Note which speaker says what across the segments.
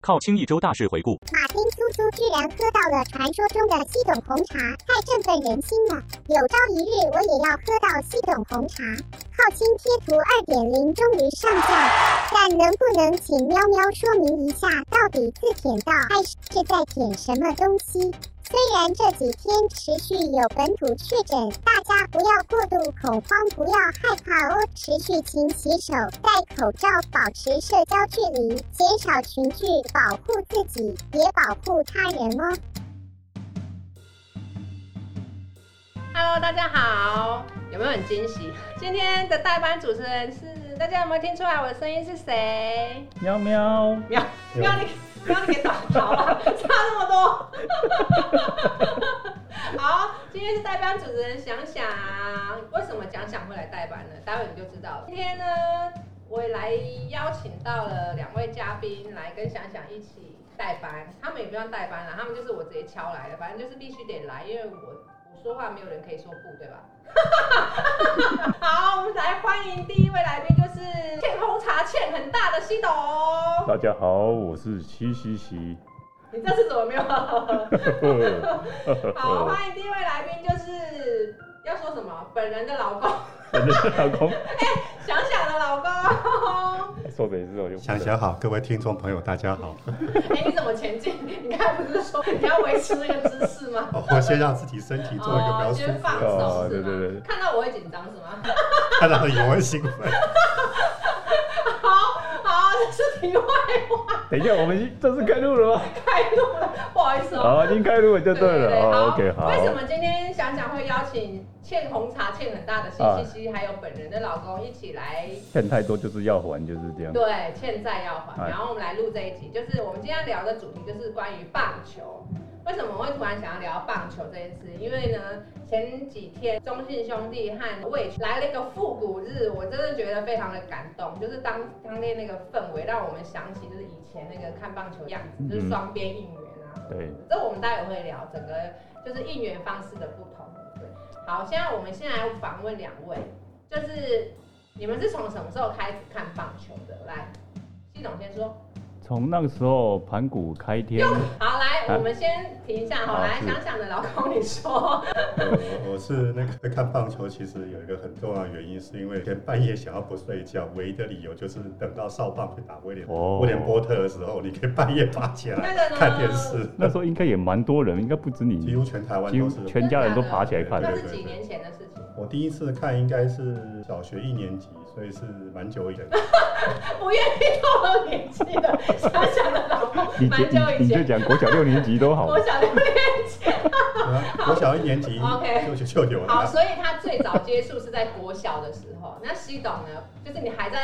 Speaker 1: 靠清益州大事回顾，
Speaker 2: 马丁苏苏居然喝到了传说中的西董红茶，太振奋人心了。有朝一日我也要喝到西董红茶。浩清贴图二点零终于上架，但能不能请喵喵说明一下，到底自舔到爱是在舔什么东西？虽然这几天持续有本土确诊，大家不要过度恐慌，不要害怕哦。持续勤洗手、戴口罩、保持社交距离，减少群聚，保护自己，也保护他人哦。
Speaker 3: Hello，大家好，有没有很惊喜？今天的代班主持人是，大家有没有听出来我的声音是谁？
Speaker 4: 喵喵，
Speaker 3: 喵
Speaker 4: 有
Speaker 3: 喵你喵你给倒好啊，差那么多。好，今天是代班主持人想想，为什么想想会来代班呢？待会你就知道了。今天呢，我也来邀请到了两位嘉宾来跟想想一起代班，他们也不算代班啦，他们就是我直接敲来的，反正就是必须得来，因为我我说话没有人可以说不，对吧？ 好，我们来欢迎第一位来宾，就是欠红茶欠很大的西董。
Speaker 4: 大家好，我是七西西。
Speaker 3: 你这次怎么没有？
Speaker 4: 呃
Speaker 3: 好，
Speaker 4: 我
Speaker 3: 欢迎第一位来宾，就是要说什么？本人的老公，
Speaker 4: 的老公，哎
Speaker 3: 想想的老公。
Speaker 4: 说每次我就
Speaker 5: 想想好，各位听众朋友，大家好。
Speaker 3: 哎、你怎么前进？你刚才不是说你要维持那个姿势 吗？
Speaker 5: 哦我先让自己身体做一个比较舒
Speaker 3: 先
Speaker 5: 服
Speaker 3: 放
Speaker 5: 的，
Speaker 3: 手
Speaker 4: 哦
Speaker 3: 是吗？
Speaker 4: 对对对
Speaker 3: 看到我会紧张是吗？
Speaker 5: 看到有人 兴奋。
Speaker 3: 好好，这是题外话，
Speaker 4: 等一下，我们这是开录了吗？
Speaker 3: 太录了，不好意思哦、
Speaker 4: 好，已经开录了就对了。哦，OK，好。
Speaker 3: 为什么今天想想会邀请欠红茶欠很大的西西西，
Speaker 4: 啊
Speaker 3: 还有本人的老公一起来？
Speaker 4: 欠太多就是要还，就是这样。
Speaker 3: 对，欠债要还。
Speaker 4: 哎
Speaker 3: 然后我们来录这一集，就是我们今天聊的主题就是关于棒球。为什么我会突然想要聊棒球这件事？因为呢，前几天中信兄弟和魏全来了一个复古日，我真的觉得非常的感动。就是当当天那个氛围，让我们想起就是以前那个看棒球样子，就是
Speaker 4: 嗯
Speaker 3: 双边应援啊，
Speaker 4: 对，
Speaker 3: 这我们待会会聊整个就是应援方式的不同。对，好，现在我们先来访问两位，就是你们是从什么时候开始看棒球的？来，系统先说。
Speaker 4: 从那个时候盘古开天，
Speaker 3: 好，来，
Speaker 4: 啊
Speaker 3: 我们先停一下，好，
Speaker 4: 好
Speaker 3: 来，
Speaker 4: 是
Speaker 3: 想想的老公，你说。
Speaker 5: 我我是那个看棒球，其实有一个很重要的原因，是因为以前半夜想要不睡觉，唯一的理由就是等到少棒去打威廉、
Speaker 4: 哦
Speaker 5: 威廉波特的时候，你可以半夜爬起
Speaker 3: 那
Speaker 5: 来
Speaker 3: 个呢
Speaker 5: 看电视。
Speaker 4: 那时候应该也蛮多人，应该不止你，
Speaker 5: 几乎全台湾
Speaker 4: 几
Speaker 5: 都
Speaker 4: 乎
Speaker 5: 是。
Speaker 4: 全家人都爬起来看
Speaker 5: 对
Speaker 3: 那
Speaker 4: 了。
Speaker 5: 对
Speaker 3: 是几年前的事情，
Speaker 5: 我第一次看应该是小学一年级，所以是蛮久以前。
Speaker 3: 不愿意透露年纪的，想想的老公，
Speaker 4: 你
Speaker 3: 蛮久
Speaker 4: 就
Speaker 3: 以
Speaker 4: 你就
Speaker 3: 前，
Speaker 4: 讲国小六年级都好
Speaker 3: 我，想的年纪。
Speaker 5: 我小一年级
Speaker 3: OK
Speaker 5: 就就有
Speaker 3: 好，
Speaker 5: 了。
Speaker 3: 所以他最早接触是在国小的时候。那西董呢，就是你还在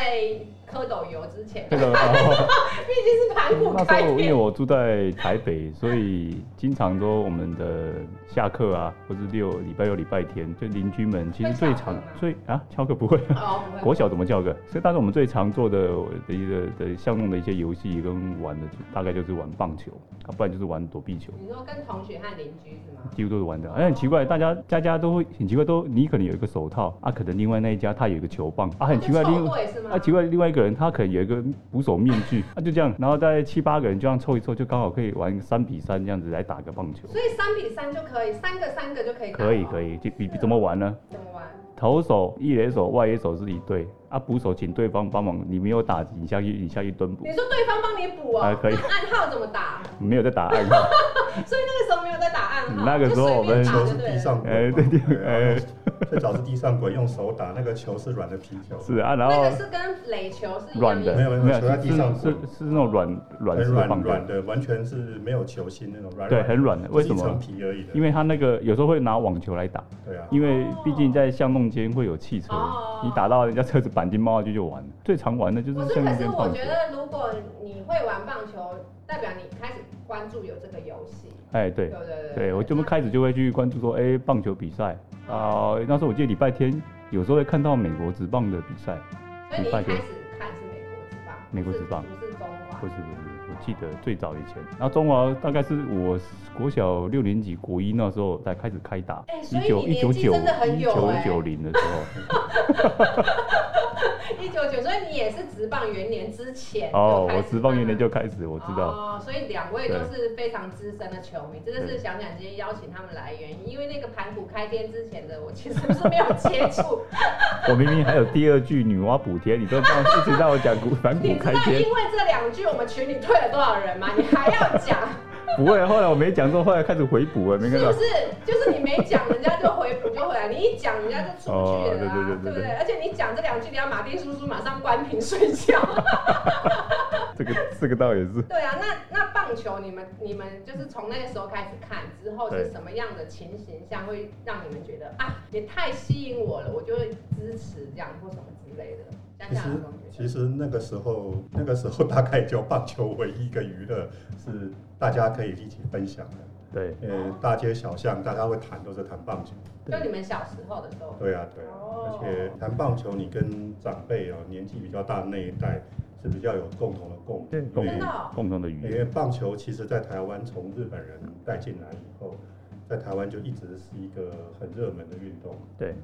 Speaker 3: 蝌蚪游之 前，
Speaker 4: 这个。哦
Speaker 3: 毕竟是盘古
Speaker 4: 嗯那
Speaker 3: 开
Speaker 4: 时候因为
Speaker 3: 天。
Speaker 4: 我住在台北，所以经常都我们的下课啊，或是六礼拜六、礼拜天，就邻居们其实最
Speaker 3: 会翘课
Speaker 4: 常
Speaker 3: 吗
Speaker 4: 最啊翘课不 会，
Speaker 3: 哦，不
Speaker 4: 国
Speaker 3: 会
Speaker 4: 小怎么翘课？所以但是我们最常做的的一个的项目的一些游戏跟玩的，大概就是玩棒球，啊，不然就是玩躲避球。
Speaker 3: 你说跟同学和邻居是吗？
Speaker 4: 几乎都是玩的，而且很奇怪，大家家家都会很奇怪，都你可能有一个手套啊，可能另外那一家他有一个球棒啊，很奇怪，
Speaker 3: 是
Speaker 4: 另
Speaker 3: 凑对是吗？
Speaker 4: 啊，奇怪，另外一个人他可能有一个捕手面具， 啊，就这样，然后大概七八个人这样凑一凑，就刚好可以玩三比三这样子来打个棒球。
Speaker 3: 所以三比三就可以，三个三个就可以。哦
Speaker 4: 可以可
Speaker 3: 以。
Speaker 4: 以，就比比怎么玩呢？
Speaker 3: 怎么玩？
Speaker 4: 投手、一垒手、外野手是一队，啊，捕手请对方帮忙，你没有打，你下去你下去蹲捕
Speaker 3: 你，说对方帮你补哦
Speaker 4: 啊，可以
Speaker 3: 那暗号怎么打？
Speaker 4: 没有在打暗号，
Speaker 3: 所以那个时候没有在打暗号，
Speaker 4: 嗯那个时候我们
Speaker 3: 就随
Speaker 5: 球
Speaker 3: 便
Speaker 5: 是
Speaker 3: 打就对
Speaker 5: 地
Speaker 3: 了。
Speaker 5: 上滚嘛，
Speaker 4: 哎对对
Speaker 5: 然后最早是地上滚，用手打那个球是软的皮球，
Speaker 4: 是啊，然
Speaker 3: 那
Speaker 4: 后
Speaker 3: 个是跟垒球是一样
Speaker 4: 软
Speaker 3: 意思
Speaker 4: 的
Speaker 5: 没有没有球在
Speaker 4: 是
Speaker 5: 地上
Speaker 4: 是
Speaker 5: 滚
Speaker 4: 是那种软软
Speaker 5: 很
Speaker 4: 式的
Speaker 5: 软
Speaker 4: 棒球，
Speaker 5: 软的，完全是没有球心那种软软的，
Speaker 4: 对，很软的，为什
Speaker 5: 就是一层
Speaker 4: 么？
Speaker 5: 皮而已的，
Speaker 4: 因为他那个有时候会拿网球来打，
Speaker 5: 对啊，
Speaker 4: 因为毕竟在巷弄间会有汽车
Speaker 3: 哦，
Speaker 4: 你打到人家车子钣金冒下去就完了。 最常玩的就是
Speaker 3: 不是，
Speaker 4: 巷
Speaker 3: 可是
Speaker 4: 弄间
Speaker 3: 我
Speaker 4: 棒球
Speaker 3: 觉。得如果你会玩棒球，代表你开始关注有这个游戏，
Speaker 4: 哎，
Speaker 3: 对
Speaker 4: 对
Speaker 3: 不对？对
Speaker 4: 对，我就开始就会去关注说，哎，棒球比赛啊，那时候我记得礼拜天有时候会看到美国职棒的比赛，
Speaker 3: 所以你一开始看是美国职棒，
Speaker 4: 美国职棒
Speaker 3: 不是中华
Speaker 4: 不。是不是，我记得最早以前，然后中华大概是我国小六年级国一那时候才开始开打
Speaker 3: 哎，所
Speaker 4: 一
Speaker 3: 以
Speaker 4: 九
Speaker 3: 你
Speaker 4: 一九
Speaker 3: 年纪
Speaker 4: 九
Speaker 3: 真的很
Speaker 4: 一
Speaker 3: 有
Speaker 4: 九
Speaker 3: 哎
Speaker 4: 九零的时候，
Speaker 3: 一九九，所以你也是职棒元年之前就
Speaker 4: 哦，
Speaker 3: 开
Speaker 4: 我
Speaker 3: 始
Speaker 4: 职棒元
Speaker 3: 看
Speaker 4: 年就开始，我知道。
Speaker 3: 哦，所以两位都是非常资深的球迷，真的是想想今天邀请他们来的原因，因为那个盘古开店之前的我其实是没有接 触，
Speaker 4: 我明明还有第二句女娲补天，你都让一直让我讲古反
Speaker 3: 你
Speaker 4: 骨
Speaker 3: 知
Speaker 4: 开
Speaker 3: 道
Speaker 4: 天，
Speaker 3: 因为这两句我们群里退了多少人吗？你还要讲，
Speaker 4: 不会。后来我没讲中，后来开始回补 了，没
Speaker 3: 是
Speaker 4: 看到
Speaker 3: 不。是？就是你没讲，人家就回补就回来，你一讲人家就出去了、啊，
Speaker 4: 哦对对对对
Speaker 3: 不对？而且你讲这两句，你要马丁叔叔马上关屏睡觉。
Speaker 4: 这个这个倒也是。
Speaker 3: 对啊，那那棒球你们你们就是从那个时候开始看之后是
Speaker 4: 对
Speaker 3: 什么样的情形下会让你们觉得啊也太吸引我了，我就会支持这样或什么之类的？想
Speaker 5: 其实
Speaker 3: 想有没有觉得
Speaker 5: 其实那个时候，那个时候大概就棒球唯一一个娱乐是大家可以一起分享的，
Speaker 4: 对，
Speaker 5: 呃，大街小巷大家会谈都是谈棒球，
Speaker 3: 就你们小时候的时候，
Speaker 5: 对啊对啊，
Speaker 3: 哦
Speaker 5: 而且谈棒球你跟长辈哦年纪比较大的那一代是比较有共同的共
Speaker 4: 对
Speaker 5: 鸣，
Speaker 4: 共
Speaker 5: 因
Speaker 4: 鸣
Speaker 5: 为
Speaker 3: 真的哦
Speaker 4: 共同的语
Speaker 5: 因为
Speaker 4: 言。
Speaker 5: 棒球其实在台湾从日本人带进来以后，在台湾就一直是一个很热门的运动。
Speaker 4: 对，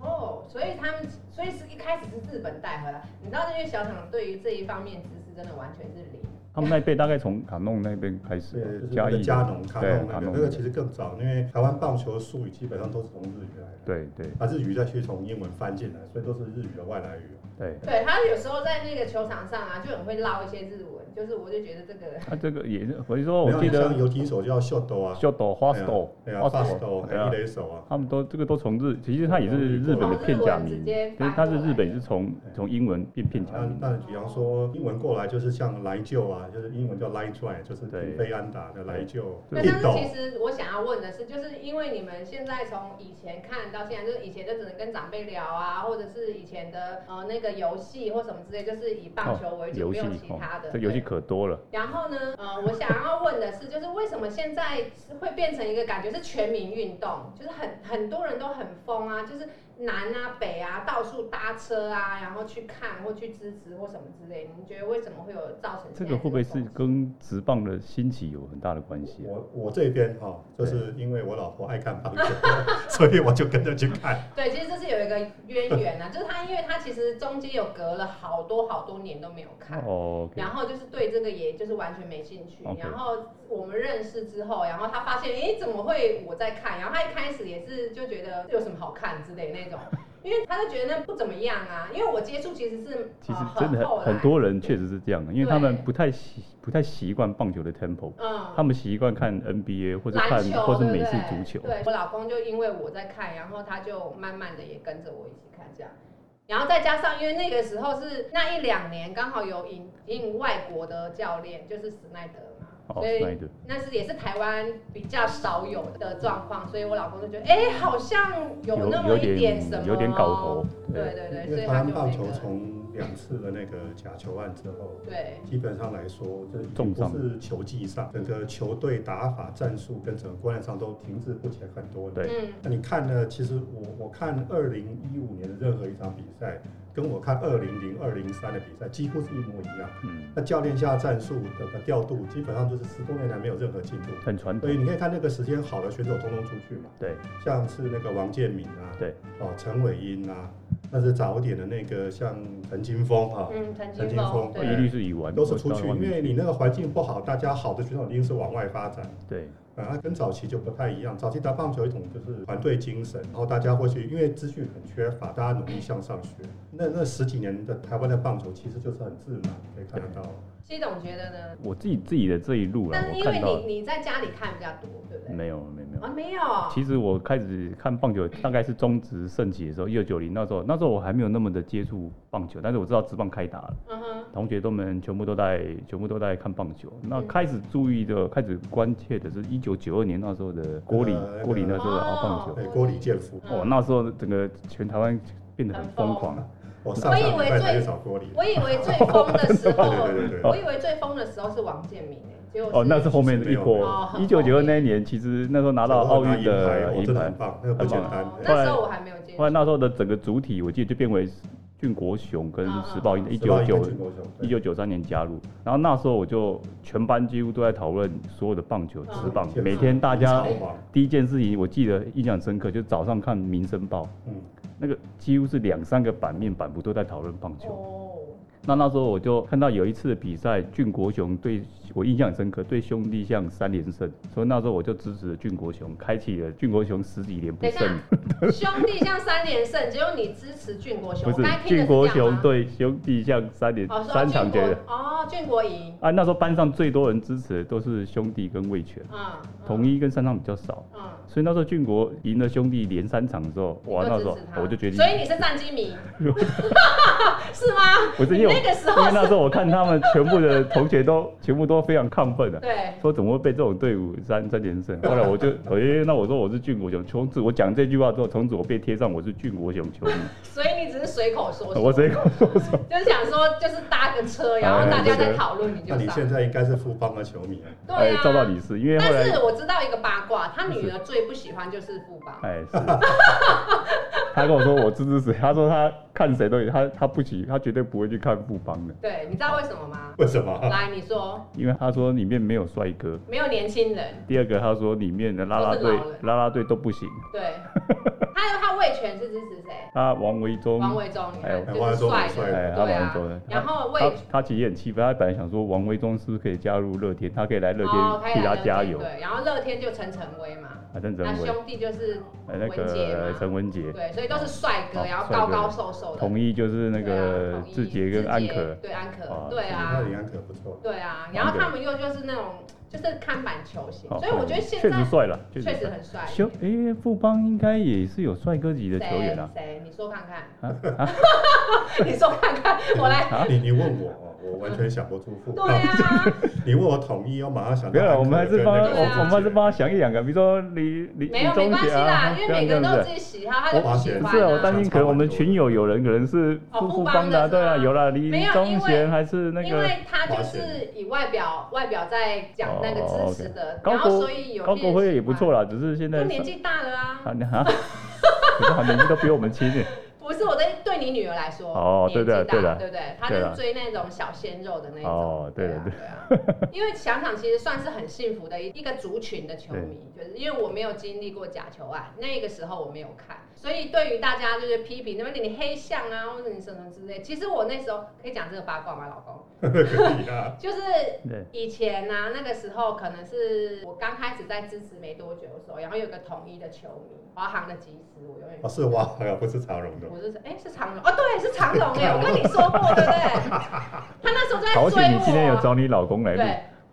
Speaker 3: 哦，所以他们所以是一开始是日本带回来，你知道这些小厂对于这一方面知识真的完全是零。
Speaker 4: 他们那一辈大概从卡弄那边开始吧
Speaker 5: 对，就，是那
Speaker 4: 嘉
Speaker 5: 个
Speaker 4: 义。
Speaker 5: 加农、卡
Speaker 4: 对
Speaker 5: 弄那
Speaker 4: 卡
Speaker 5: 个
Speaker 4: 弄，
Speaker 5: 那个其实更早，因为台湾棒球术语基本上都是从日语来的，
Speaker 4: 对对
Speaker 5: 把日语再去从英文翻进来，所以都是日语的外来语。啊
Speaker 4: 对，
Speaker 3: 对他有时候在那个球场上啊，就很会唠一些日文，就是我就觉得这个
Speaker 4: 他啊这个也是，我就哦说我
Speaker 5: 没有
Speaker 4: 记得
Speaker 5: 像游击手叫秀斗啊，
Speaker 4: 秀斗、花斗、
Speaker 5: 对啊，发手
Speaker 4: 对啊
Speaker 5: 还一垒手啊，
Speaker 4: 他们都这个都从日，其实它也是日本的片假
Speaker 3: 从日文直
Speaker 4: 名，
Speaker 3: 接
Speaker 4: 对，它是日本是从从英文变片假
Speaker 5: 那
Speaker 4: 名，
Speaker 5: 那比方说英文过来就是像来救啊，就是英文叫 line drive，就是
Speaker 4: 对
Speaker 5: 飞安打的来救，
Speaker 3: 那
Speaker 4: 对
Speaker 5: 一
Speaker 3: 但是
Speaker 5: 斗
Speaker 3: 其实我想要问的是，就是因为你们现在从以前看到现在，就是以前就只能跟长辈聊啊，或者是以前的呃那个游戏或什么之类，就是以棒球为主，
Speaker 4: 游
Speaker 3: 没
Speaker 4: 戏
Speaker 3: 有其
Speaker 4: 哦
Speaker 3: 他的。
Speaker 4: 这游戏
Speaker 3: 对
Speaker 4: 可多了。
Speaker 3: 然后呢，呃，我想要问的是，就是为什么现在会变成一个感觉是全民运动，就是很很多人都很疯啊，就是南啊北啊到处搭车啊，然后去看或去支持或什么之类。你们觉得为什么会有造成
Speaker 4: 这
Speaker 3: 现在
Speaker 4: 个会不会是
Speaker 3: 风气
Speaker 4: 跟职棒的兴起有很大的关系啊？
Speaker 5: 我我这边哈、就是因为我老婆爱看棒球， 所以我就跟着去看。
Speaker 3: 对，其实这是有一个渊源啊，就是他，因为他其实中间有隔了好多好多年都没有看，
Speaker 4: 哦，OK，
Speaker 3: 然后就是对这个也就是完全没兴趣。
Speaker 4: OK
Speaker 3: 然后我们认识之后，然后他发现，诶，怎么会我在看？然后他一开始也是就觉得有什么好看之类那种，因为他就觉得那不怎么样啊。因为我接触其实是
Speaker 4: 其实
Speaker 3: 呃
Speaker 4: 真的
Speaker 3: 后来
Speaker 4: 很很多人确实是这样的，因为
Speaker 3: 对
Speaker 4: 他们不太习不太习惯棒球的 tempo，
Speaker 3: 嗯
Speaker 4: 他们习惯看 NBA 或者
Speaker 3: 篮
Speaker 4: 看
Speaker 3: 球
Speaker 4: 或是
Speaker 3: 对
Speaker 4: 美
Speaker 3: 不
Speaker 4: 式
Speaker 3: 对
Speaker 4: 足球。
Speaker 3: 对我老公就因为我在看，然后他就慢慢的也跟着我一起看这样。然后再加上，因为那个时候是那一两年刚好有引引外国的教练，就是史奈德嘛，
Speaker 4: 哦
Speaker 3: 所，以
Speaker 4: 那一对，
Speaker 3: 那是也是台湾比较少有的状况，所以我老公就觉得，哎，好像有那么
Speaker 4: 有
Speaker 3: 一
Speaker 4: 点
Speaker 3: 什么，
Speaker 4: 有点搞头，
Speaker 3: 对对对，
Speaker 5: 因
Speaker 3: 所
Speaker 5: 为
Speaker 3: 以
Speaker 5: 台
Speaker 3: 他
Speaker 5: 湾
Speaker 3: 就
Speaker 5: 棒
Speaker 3: 那
Speaker 5: 球
Speaker 3: 个
Speaker 5: 从两次的那个假球案之后，
Speaker 3: 对
Speaker 5: 基本上来说，这已经
Speaker 4: 重
Speaker 5: 不
Speaker 4: 伤
Speaker 5: 是球技上，整个球队打法、战术跟整个观念上都停滞不前很多
Speaker 4: 对
Speaker 5: 年。
Speaker 3: 嗯
Speaker 5: 那你看呢？其实我我看二零一五年的任何一场比赛，跟我看二零零二零三的比赛几乎是一模一样。
Speaker 4: 嗯，
Speaker 5: 那教练下战术的调度，基本上就是十多年来没有任何进步。
Speaker 4: 很传
Speaker 5: 所以
Speaker 4: 统，
Speaker 5: 你可以看那个时间好的选手通通出去嘛，
Speaker 4: 对
Speaker 5: 像是那个王建民啊，
Speaker 4: 对，
Speaker 5: 哦陈伟英啊，但是早一点的那个像陈金峰啊，
Speaker 3: 嗯，陈
Speaker 5: 陈
Speaker 3: 金
Speaker 5: 金
Speaker 3: 峰
Speaker 5: 峰
Speaker 4: 一
Speaker 3: 对
Speaker 5: 对
Speaker 4: 律是以玩
Speaker 5: 都是出去，
Speaker 4: 到外
Speaker 5: 因
Speaker 4: 面
Speaker 5: 为你那个环境不好，大家好的选手一定是往外发展。
Speaker 4: 对
Speaker 5: 啊，它跟早期就不太一样。早期打棒球有一种就是团队精神，然后大家会去，因为资讯很缺乏，大家努力向上学。那那十几年的台湾的棒球其实就是很自满，可以看得到。
Speaker 3: 西董觉得呢？
Speaker 4: 我自己自己的这一路啦，
Speaker 3: 但是
Speaker 4: 我
Speaker 3: 因为
Speaker 4: 看到嗯
Speaker 3: 你你在家里看比较多，对不对？
Speaker 4: 没有没有没有
Speaker 3: 啊，。没有。
Speaker 4: 其实我开始看棒球，大概是中职盛起的时候，一九九零那时候，那时候我还没有那么的接触棒球，但是我知道职棒开打了，
Speaker 3: 嗯哼，
Speaker 4: 同学都们全部都在全部都在看棒球。那开始注意的、开始关切的是一九九二年那时候的郭里
Speaker 5: 那个，
Speaker 4: 郭里那时候的啊棒球，
Speaker 5: 对，郭李健夫，
Speaker 4: 哦，那时候整个全台湾变得很疯狂，
Speaker 3: 嗯
Speaker 5: 我上上礼拜才去找郭李。
Speaker 3: 我以为最疯的时候，
Speaker 5: 对对对对
Speaker 3: 我以为最疯的时候是王建民诶，结果
Speaker 4: 哦，那是后面的一波
Speaker 3: 哦。
Speaker 4: 一九九二那一年，其实那时候拿到奥运
Speaker 5: 拿
Speaker 4: 的
Speaker 5: 银牌，我
Speaker 4: 银
Speaker 5: 真的
Speaker 4: 牌啊
Speaker 5: 很，棒，那个不简单
Speaker 3: 哦。
Speaker 5: 对
Speaker 3: 那时候我还没有接
Speaker 4: 后来
Speaker 3: 触。
Speaker 4: 那时候的整个主体，我记得就变为俊国雄跟时报啊一
Speaker 5: 十
Speaker 4: 九
Speaker 5: 八一
Speaker 4: 九
Speaker 5: 跟进国雄
Speaker 4: 一
Speaker 5: 对
Speaker 4: 九九三年加入，然后那时候我就全班几乎都在讨论所有的棒球、
Speaker 3: 嗯
Speaker 4: 职棒，
Speaker 5: 嗯
Speaker 4: 每天大家
Speaker 5: 林朝王
Speaker 4: 第一件事情，我记得印象深刻，就是早上看《民生报》，
Speaker 5: 嗯，
Speaker 4: 那个几乎是两三个版面版幅都在讨论棒球。
Speaker 3: 哦，
Speaker 4: 那那时候我就看到有一次的比赛，俊国雄对我印象很深刻，对兄弟象三连胜，所以那时候我就支持了俊国雄，开启了俊国雄十几年不
Speaker 3: 哦等一
Speaker 4: 胜
Speaker 3: 下。，兄弟像三连胜，只有你支持俊国雄，
Speaker 4: 不
Speaker 3: 我
Speaker 4: 是
Speaker 3: 刚才听的
Speaker 4: 俊
Speaker 3: 是这
Speaker 4: 国
Speaker 3: 样
Speaker 4: 雄
Speaker 3: 吗？
Speaker 4: 对兄弟象三连、
Speaker 3: 哦，说
Speaker 4: 三
Speaker 3: 俊
Speaker 4: 场决
Speaker 3: 国
Speaker 4: 的
Speaker 3: 哦，俊国赢，
Speaker 4: 啊，那时候班上最多人支持的都是兄弟跟魏全，
Speaker 3: 嗯，嗯
Speaker 4: 统，一跟三场比较少，
Speaker 3: 嗯，
Speaker 4: 所以那时候俊国赢了兄弟连三场的时候，哇，
Speaker 3: 你
Speaker 4: 那
Speaker 3: 就
Speaker 4: 时候
Speaker 3: 支持他
Speaker 4: 我就决定
Speaker 3: 所，以你是战机 迷， 是吗？
Speaker 4: 不是
Speaker 3: 你
Speaker 4: 因为我
Speaker 3: 那个时
Speaker 4: 因
Speaker 3: 候
Speaker 4: 为那
Speaker 3: 是，
Speaker 4: 时候我看他们全部的同学都全部都非常亢奋的、
Speaker 3: 对，
Speaker 4: 说怎么会被这种队伍三三连胜？后来我就，我就那我说我是俊国雄，从此我讲这句话之后，从此我被贴上我是俊国雄 球迷，
Speaker 3: 所以你只是随口说
Speaker 4: 我
Speaker 3: 说，
Speaker 4: 谁跟我说什么？
Speaker 3: 就是想说，就是搭个车，然后
Speaker 4: 哎
Speaker 3: 大家
Speaker 4: 对
Speaker 3: 在讨论，你
Speaker 5: 那
Speaker 3: 就
Speaker 5: 你
Speaker 3: 上。
Speaker 5: 现在应该是富邦的球迷了。
Speaker 3: 对啊，
Speaker 4: 照道哎理是因为后
Speaker 3: 但
Speaker 4: 来，
Speaker 3: 是我知道一个八卦，他女儿最不喜欢就是富邦。
Speaker 4: 哎是，他跟我说我支持谁，他说他看谁都他他不喜，他绝对不会去看富邦的，
Speaker 3: 对，你知道为什么吗？
Speaker 5: 为什
Speaker 4: 哦
Speaker 5: 么？
Speaker 3: 来，你说，
Speaker 4: 因为他说里面没有帅哥。
Speaker 3: 没有年轻人，
Speaker 4: 第二个他说里面的啦
Speaker 3: 都
Speaker 4: 啦
Speaker 3: 是
Speaker 4: 队
Speaker 3: 老人
Speaker 4: 啦啦队都不行，
Speaker 3: 对，他他魏权是支持谁？
Speaker 4: 他王维忠。
Speaker 3: 王维忠，你
Speaker 4: 哎
Speaker 3: 看就
Speaker 5: 王维
Speaker 3: 是
Speaker 5: 忠
Speaker 3: 帅
Speaker 5: 很帅
Speaker 4: 哎，
Speaker 3: 的，对
Speaker 4: 他王维
Speaker 3: 啊
Speaker 4: 忠的，。
Speaker 3: 然后
Speaker 4: 他
Speaker 3: 魏
Speaker 4: 他其实也很气愤，他本来想说王维忠是不是可以加入乐天，他可以来乐
Speaker 3: 哦，
Speaker 4: 天替
Speaker 3: 来
Speaker 4: 他
Speaker 3: 乐天
Speaker 4: 加油。啊
Speaker 3: 对，然后乐天就陈晨威嘛，
Speaker 4: 反正陈
Speaker 3: 那
Speaker 4: 文，
Speaker 3: 兄弟就是
Speaker 4: 哎那
Speaker 3: 文杰
Speaker 4: 个
Speaker 3: 嘛
Speaker 4: 陈文杰，
Speaker 3: 对，所啊以都是帅哥，
Speaker 4: 哦
Speaker 3: 然后
Speaker 4: 帅
Speaker 3: 高
Speaker 4: 哥
Speaker 3: 高瘦瘦的。
Speaker 4: 统一就是那
Speaker 3: 对
Speaker 4: 个
Speaker 3: 啊统一
Speaker 4: 志杰跟安可，
Speaker 3: 对安可，
Speaker 4: 哇
Speaker 3: 对啊
Speaker 5: 那，李安可不错。
Speaker 3: 对啊，然后他们又就是那种就是看板球型，
Speaker 4: 哦
Speaker 3: 所以我觉得现
Speaker 4: 确
Speaker 3: 在
Speaker 4: 实帅了，确
Speaker 3: 确
Speaker 4: 实
Speaker 3: 实
Speaker 4: 帅。
Speaker 3: 很帅。
Speaker 4: 修哎，富邦应该也是有帅哥级的
Speaker 3: 谁
Speaker 4: 球员啊，
Speaker 3: 谁？你说看看，
Speaker 4: 啊啊
Speaker 3: 你说看看，我来。
Speaker 4: 啊！
Speaker 5: 你你问我哦，我完全想不出富
Speaker 3: 对
Speaker 5: 邦。
Speaker 3: 啊，
Speaker 5: 你问我统一，我马上想
Speaker 4: 不
Speaker 5: 到安
Speaker 4: 要了，
Speaker 5: 可跟那个。
Speaker 4: 我们还是帮他，
Speaker 3: 对
Speaker 4: 我
Speaker 3: 啊
Speaker 4: 我们还是帮他想一两个，比如说李李
Speaker 3: 没
Speaker 4: 李
Speaker 3: 有没
Speaker 4: 宗
Speaker 3: 关系
Speaker 4: 杰啊
Speaker 3: 啦，，因为
Speaker 4: 不要
Speaker 3: 每
Speaker 4: 这
Speaker 3: 个人
Speaker 4: 样
Speaker 3: 都有
Speaker 4: 子啊
Speaker 3: 自。己喜好，他就不喜
Speaker 5: 我
Speaker 4: 不
Speaker 3: 欢、啊。
Speaker 4: 是啊，我担心可能我们群友有人可能是
Speaker 3: 哦
Speaker 4: 富
Speaker 3: 富
Speaker 4: 富
Speaker 3: 邦的
Speaker 4: 邦的
Speaker 3: 是
Speaker 4: 啊，对啊，
Speaker 3: 吗
Speaker 4: 有啦，李
Speaker 3: 没有因
Speaker 4: 宗
Speaker 3: 为
Speaker 4: 贤还是那
Speaker 3: 因
Speaker 4: 个。
Speaker 3: 为他就是以外表外表在讲那个支持的，
Speaker 4: 哦高
Speaker 3: 然后
Speaker 4: 国
Speaker 3: 所以有
Speaker 4: 高国辉也不错
Speaker 3: 啦，
Speaker 4: 啦，只是现在
Speaker 3: 就年纪大了啊，
Speaker 4: 啊你 啊，可是他年纪都比我们轻耶。
Speaker 3: 不是我在对你女儿来说，
Speaker 4: 哦
Speaker 3: 年纪
Speaker 4: 对的
Speaker 3: 大
Speaker 4: 对的
Speaker 3: 对不对？她
Speaker 4: 对
Speaker 3: 就
Speaker 4: 的
Speaker 3: 追那种小鲜肉的那种，
Speaker 4: 哦对的
Speaker 3: 啊对啊， 因为想想其实算是很幸福的一一个族群的球迷，就是因为我没有经历过假球案，那个时候我没有看，所以对于大家就是批评那么你黑相啊，或者你什么之类，其实我那时候可以讲这个八卦吗，老公？
Speaker 5: 可以啊，
Speaker 3: 就是
Speaker 4: 对
Speaker 3: 以前呢、啊，那个时候可能是我刚开始在支持没多久的时候，然后有个统一的球迷，华航的集资，我永远
Speaker 5: 哦是哇，不是长荣的。
Speaker 3: 我就是哎、是长龙哦，对，是长龙 哎、我跟你说过对不对？他那时候
Speaker 4: 好
Speaker 3: 在
Speaker 4: 险
Speaker 3: 追我，
Speaker 4: 你今天有找你老公来录，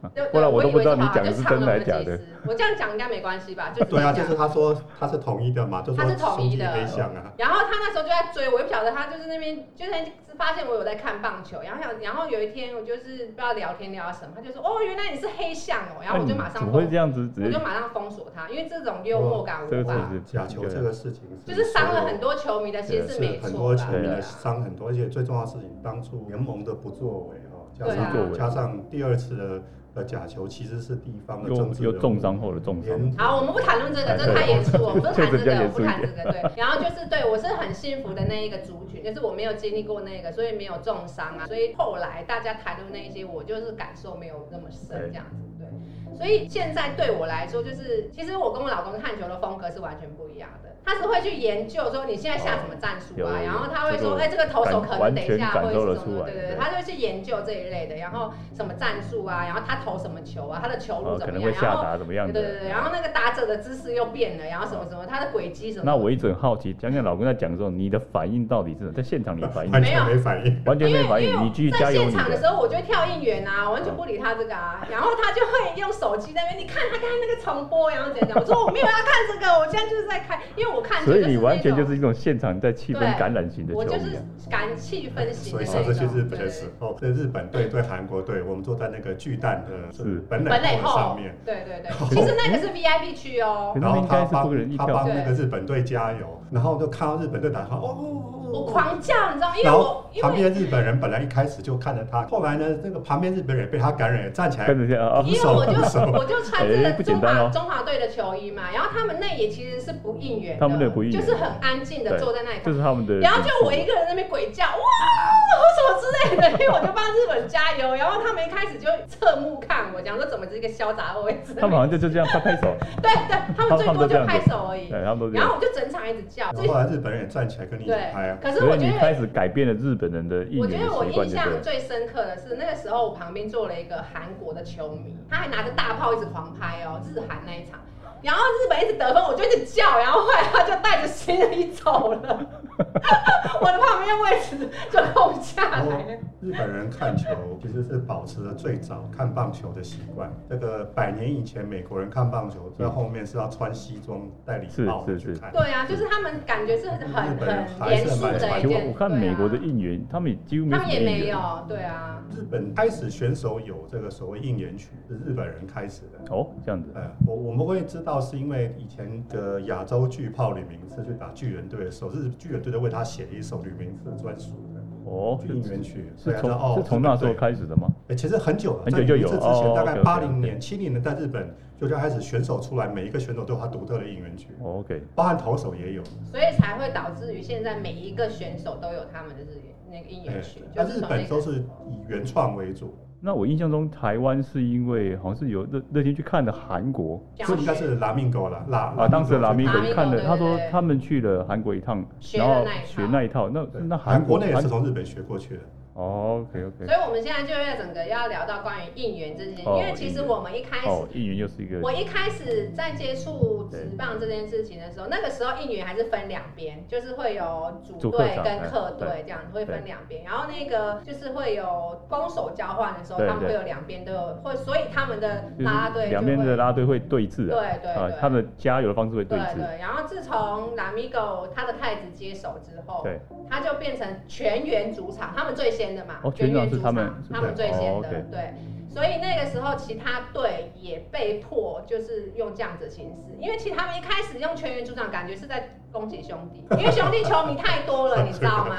Speaker 4: 啊
Speaker 3: 对，对
Speaker 4: 不然我都不知道你讲
Speaker 3: 的
Speaker 4: 的是真的还是假的。
Speaker 3: 我这样讲应该没关系吧？就只
Speaker 5: 对啊，就
Speaker 3: 讲
Speaker 5: 是他说他是统一的嘛，就说
Speaker 3: 他是统一的
Speaker 5: 兄弟黑象啊。
Speaker 3: 然后他那时候就在追我，也不晓得他就是那边，就是发现我有在看棒球，然后想，然后有一天我就是不知道聊天聊到什么，他就说哦，原来你是黑象哦，然后我就马
Speaker 4: 哎那你怎
Speaker 3: 上封
Speaker 4: 么会这样子直
Speaker 3: 我
Speaker 4: 接
Speaker 3: 就？马上封锁他，因为这种幽默感无
Speaker 4: 这个
Speaker 3: 法，
Speaker 4: 是
Speaker 5: 假球这个事情
Speaker 3: 就是伤了很
Speaker 5: 多，
Speaker 3: 多球迷的心
Speaker 4: 对
Speaker 3: 是
Speaker 5: 是
Speaker 3: 没错
Speaker 5: 很多球
Speaker 3: 啦
Speaker 5: 迷
Speaker 3: 对
Speaker 5: 的
Speaker 3: 啊。
Speaker 5: 伤很多，而且最重要的事情，当初联盟的不作为哦，加
Speaker 3: 对啊不作
Speaker 5: 上
Speaker 4: 为
Speaker 5: 加上第二次的的假球其实是地方的政治
Speaker 4: 又又
Speaker 5: 人物
Speaker 4: 重伤后的重伤，
Speaker 5: 连
Speaker 3: 好，我们不谈论这个，这太严肃了， 我们不谈这
Speaker 4: 嗯哎这比较
Speaker 3: 个，我
Speaker 4: 严肃
Speaker 3: 不
Speaker 4: 一
Speaker 3: 谈
Speaker 4: 点
Speaker 3: 这个。对，然后就是对我是很幸福的那一个族群，就是我没有经历过那个，所以没有重伤啊，所以后来大家谈论那一些，我就是感受没有那么
Speaker 4: 哎
Speaker 3: 深这样子。对，所以现在对我来说，就是其实我跟我老公看球的风格是完全不一样的。他是会去研究说你现在下什么战术啊，
Speaker 4: 哦有有有
Speaker 3: 然后他会说，
Speaker 4: 这个
Speaker 3: 哎，这个投手可能等一下
Speaker 4: 感
Speaker 3: 会
Speaker 4: 完全感
Speaker 3: 是
Speaker 4: 受得
Speaker 3: 什么？
Speaker 4: 出来
Speaker 3: 对对对，
Speaker 4: 对
Speaker 3: 他就会去研究这一类的，然后什么战术啊，然后他投什么球啊，他的球路
Speaker 4: 呃，
Speaker 3: 怎
Speaker 4: 可
Speaker 3: 么
Speaker 4: 能
Speaker 3: 样，
Speaker 4: 会
Speaker 3: 然
Speaker 4: 下
Speaker 3: 后
Speaker 4: 达怎么样
Speaker 3: 对对
Speaker 4: 的？啊嗯
Speaker 3: 对，然后那个打者的姿势又变了，然后什么什么，他的轨迹什么。
Speaker 4: 那我一直很好奇，讲讲老公在讲的时候，你的反应到底是什么？在现场你的反应
Speaker 5: 完
Speaker 3: 没有
Speaker 5: 全没反应。
Speaker 4: 完全
Speaker 3: 因为
Speaker 4: 没反
Speaker 3: 因
Speaker 4: 应，
Speaker 3: 为
Speaker 4: 你继续加
Speaker 3: 在
Speaker 4: 油
Speaker 3: 现
Speaker 4: 你
Speaker 3: 场的
Speaker 4: 的。嗯
Speaker 3: 时候，我就会跳应援啊，我完全不理他这个啊，然后他就会用手机在那边，你看他刚才那个重播，然后怎样怎样。我说我没有要看这个，我现在就是在看，因为我 看球
Speaker 4: 所
Speaker 3: 就
Speaker 4: 以你完全
Speaker 3: 那
Speaker 4: 就
Speaker 3: 种
Speaker 4: 是一种现场在气氛
Speaker 3: 对
Speaker 4: 感染型的球
Speaker 3: 我就
Speaker 4: 迷
Speaker 3: 是
Speaker 4: 啊，
Speaker 3: 感气氛型
Speaker 5: 所
Speaker 3: 的
Speaker 5: 以
Speaker 3: 那
Speaker 5: 上
Speaker 3: 种。
Speaker 5: 次去日本
Speaker 3: 对
Speaker 5: 的时候，在日本队对韩国队，我们坐在那个巨蛋的
Speaker 4: 是
Speaker 5: 本
Speaker 3: 本垒
Speaker 5: 垒后
Speaker 3: 后
Speaker 5: 上面，，
Speaker 3: 对对 对，其实那个是 VIP 区哦
Speaker 4: 可。是那
Speaker 5: 然后
Speaker 4: 应该
Speaker 5: 他
Speaker 4: 是不可能
Speaker 5: 帮
Speaker 4: 一
Speaker 5: 他
Speaker 4: 票
Speaker 5: 帮那个日本队加油，然后就看到日本队打他，哦哦哦
Speaker 3: 我狂叫，你知道吗？因为
Speaker 5: 然后
Speaker 3: 我因
Speaker 5: 旁
Speaker 3: 为
Speaker 5: 边日本人本来一开始就看着他，后来呢，那个旁边日本人被他感染，也站起来
Speaker 4: 跟着这样啊，
Speaker 3: 因为我就
Speaker 5: 不熟
Speaker 3: 我就穿这
Speaker 4: 哎
Speaker 3: 个
Speaker 4: 不
Speaker 3: 中
Speaker 4: 简
Speaker 3: 华、
Speaker 4: 单哦
Speaker 3: 中华队的球衣嘛，然后他们那也其实是不应援的，
Speaker 4: 他们那也不应援
Speaker 3: 就是很安静的坐在 那里
Speaker 4: 这
Speaker 3: 看。
Speaker 4: 是他们的。
Speaker 3: 然后就我一个人在那边鬼叫，哇，什么之类的，因为我就帮日本加油。然后他们一开始就侧目看我，讲说怎么是一个小杂货，一直
Speaker 4: 他们好像就就这样拍拍 手，
Speaker 3: 对对，他们最
Speaker 4: 他们
Speaker 3: 多
Speaker 4: 都这
Speaker 3: 就
Speaker 4: 样子
Speaker 3: 拍手而已。
Speaker 4: 对，他们都这
Speaker 3: 然后
Speaker 4: 样。
Speaker 3: 我就整场一直叫，
Speaker 5: 然
Speaker 3: 最
Speaker 5: 后后来日本人也站起来跟你一起拍
Speaker 3: 对
Speaker 5: 啊。。
Speaker 3: 可是
Speaker 4: 所
Speaker 3: 我
Speaker 4: 以
Speaker 3: 觉
Speaker 4: 你开
Speaker 3: 得，
Speaker 4: 始改变了日本人的应
Speaker 3: 我觉
Speaker 4: 援
Speaker 3: 得我
Speaker 4: 的
Speaker 3: 印
Speaker 4: 习惯，就对
Speaker 3: 象
Speaker 4: 了。
Speaker 3: 最深刻的是那个时候，我旁边坐了一个韩国的球迷，他还拿着大炮一直狂拍哦，日韩那一场。然后日本一直得分，我就一直叫，然后后来他就带着新的一走了， 我的旁边位置就空下
Speaker 5: 然后
Speaker 3: 来了。
Speaker 5: 日本人看球其实是保持了最早看棒球的习惯。这个百年以前美国人看棒球，在后面是要穿西装戴礼帽
Speaker 4: 是是
Speaker 5: 去
Speaker 4: 是
Speaker 5: 看。
Speaker 3: 对啊，就是他们感觉是很
Speaker 5: 哦日本人
Speaker 3: 很
Speaker 5: 还
Speaker 3: 严
Speaker 5: 是
Speaker 3: 肃
Speaker 5: 蛮
Speaker 3: 的一
Speaker 4: 其实
Speaker 3: 件。
Speaker 4: 哎我看
Speaker 3: 对啊
Speaker 4: 美国的应援，他们几乎没
Speaker 3: 他
Speaker 4: 什
Speaker 3: 们
Speaker 4: 么
Speaker 3: 也
Speaker 4: 应
Speaker 3: 没
Speaker 4: 援。
Speaker 3: 有，对啊，
Speaker 5: 日本开始选手有这个所谓应援曲，是日本人开始的。
Speaker 4: 哦，这样子，
Speaker 5: 呃，我我们会知道是因为以前的亚洲巨炮吕明次去打巨人队的时候，是巨人队都为他写了一首吕明次专属的
Speaker 4: 哦，是
Speaker 5: 应援曲，所以
Speaker 4: 是
Speaker 5: 他知道
Speaker 4: 从
Speaker 5: 哦
Speaker 4: 是从那时候
Speaker 5: 日本队
Speaker 4: 开始的吗？
Speaker 5: 欸其实很久了，
Speaker 4: 很久
Speaker 5: 在
Speaker 4: 就
Speaker 5: 吕
Speaker 4: 有
Speaker 5: 明次之
Speaker 4: 哦
Speaker 5: 前，大概
Speaker 4: ，OK，OK，OK
Speaker 5: 八零年、七零年代，日本就开始选手出来，每一个选手都有他独特的应援曲，
Speaker 4: 哦 OK，
Speaker 5: 包含投手也有。
Speaker 3: 所以才会导致于现在每一个选手都有他们的日语那个应援
Speaker 5: 哎
Speaker 3: 曲，
Speaker 5: 那
Speaker 3: 就是
Speaker 5: 日
Speaker 3: 从那
Speaker 5: 本都
Speaker 3: 个
Speaker 5: 是以原创为主，
Speaker 4: 那我印象中台湾是因为好像是有那那天去看的韩国
Speaker 3: 讲
Speaker 5: 这应该是拉命狗了，拉
Speaker 4: 啊，当时拉米
Speaker 3: 拉
Speaker 4: 狗
Speaker 3: 米狗
Speaker 4: 看了，
Speaker 3: 对
Speaker 4: 他说
Speaker 3: 对对
Speaker 4: 他们去了韩国一趟，
Speaker 3: 学
Speaker 4: 然
Speaker 3: 的
Speaker 4: 后
Speaker 3: 那一
Speaker 4: 学
Speaker 3: 套。
Speaker 4: 那一套，那
Speaker 5: 对
Speaker 4: 那
Speaker 5: 韩国那也
Speaker 4: 韩
Speaker 5: 是从日本学过去的。
Speaker 4: 哦，OK OK，
Speaker 3: 所以我们现在就要整个要聊到关于应援这件事情，
Speaker 4: 哦
Speaker 3: 因为其实我们一开始
Speaker 4: 哦，应援又是一个
Speaker 3: 我一开始在接触职棒这件事情的时候，那个时候应援还是分两边，就是会有主
Speaker 4: 主客
Speaker 3: 队
Speaker 4: 场
Speaker 3: 跟
Speaker 4: 哎
Speaker 3: 客队
Speaker 4: 对
Speaker 3: 这样会分
Speaker 4: 对
Speaker 3: 两边，然后那个就是会有攻守交换的时候，
Speaker 4: 对
Speaker 3: 他们
Speaker 4: 对
Speaker 3: 会有两边都有，会所以他们的
Speaker 4: 就是
Speaker 3: 啦啦队就
Speaker 4: 两边
Speaker 3: 会
Speaker 4: 的拉队会对峙啊，
Speaker 3: 对对
Speaker 4: 啊
Speaker 3: 对，，
Speaker 4: 他们的加油的方式会对
Speaker 3: 对
Speaker 4: 峙，
Speaker 3: 对，然后自从 Lamigo 他的太子接手之后，
Speaker 4: 对，
Speaker 3: 他就变成全员主场，他们最先的嘛，
Speaker 4: 哦
Speaker 3: 全员主场
Speaker 4: 全员是，他们
Speaker 3: 他们最先
Speaker 4: 哦
Speaker 3: 的，
Speaker 4: ，OK
Speaker 3: 对。所以那个时候，其他队也被迫就是用这样子的形式，因为其实他们一开始用全员主场，感觉是在攻击兄弟，因为兄弟球迷太多了，你知道 吗？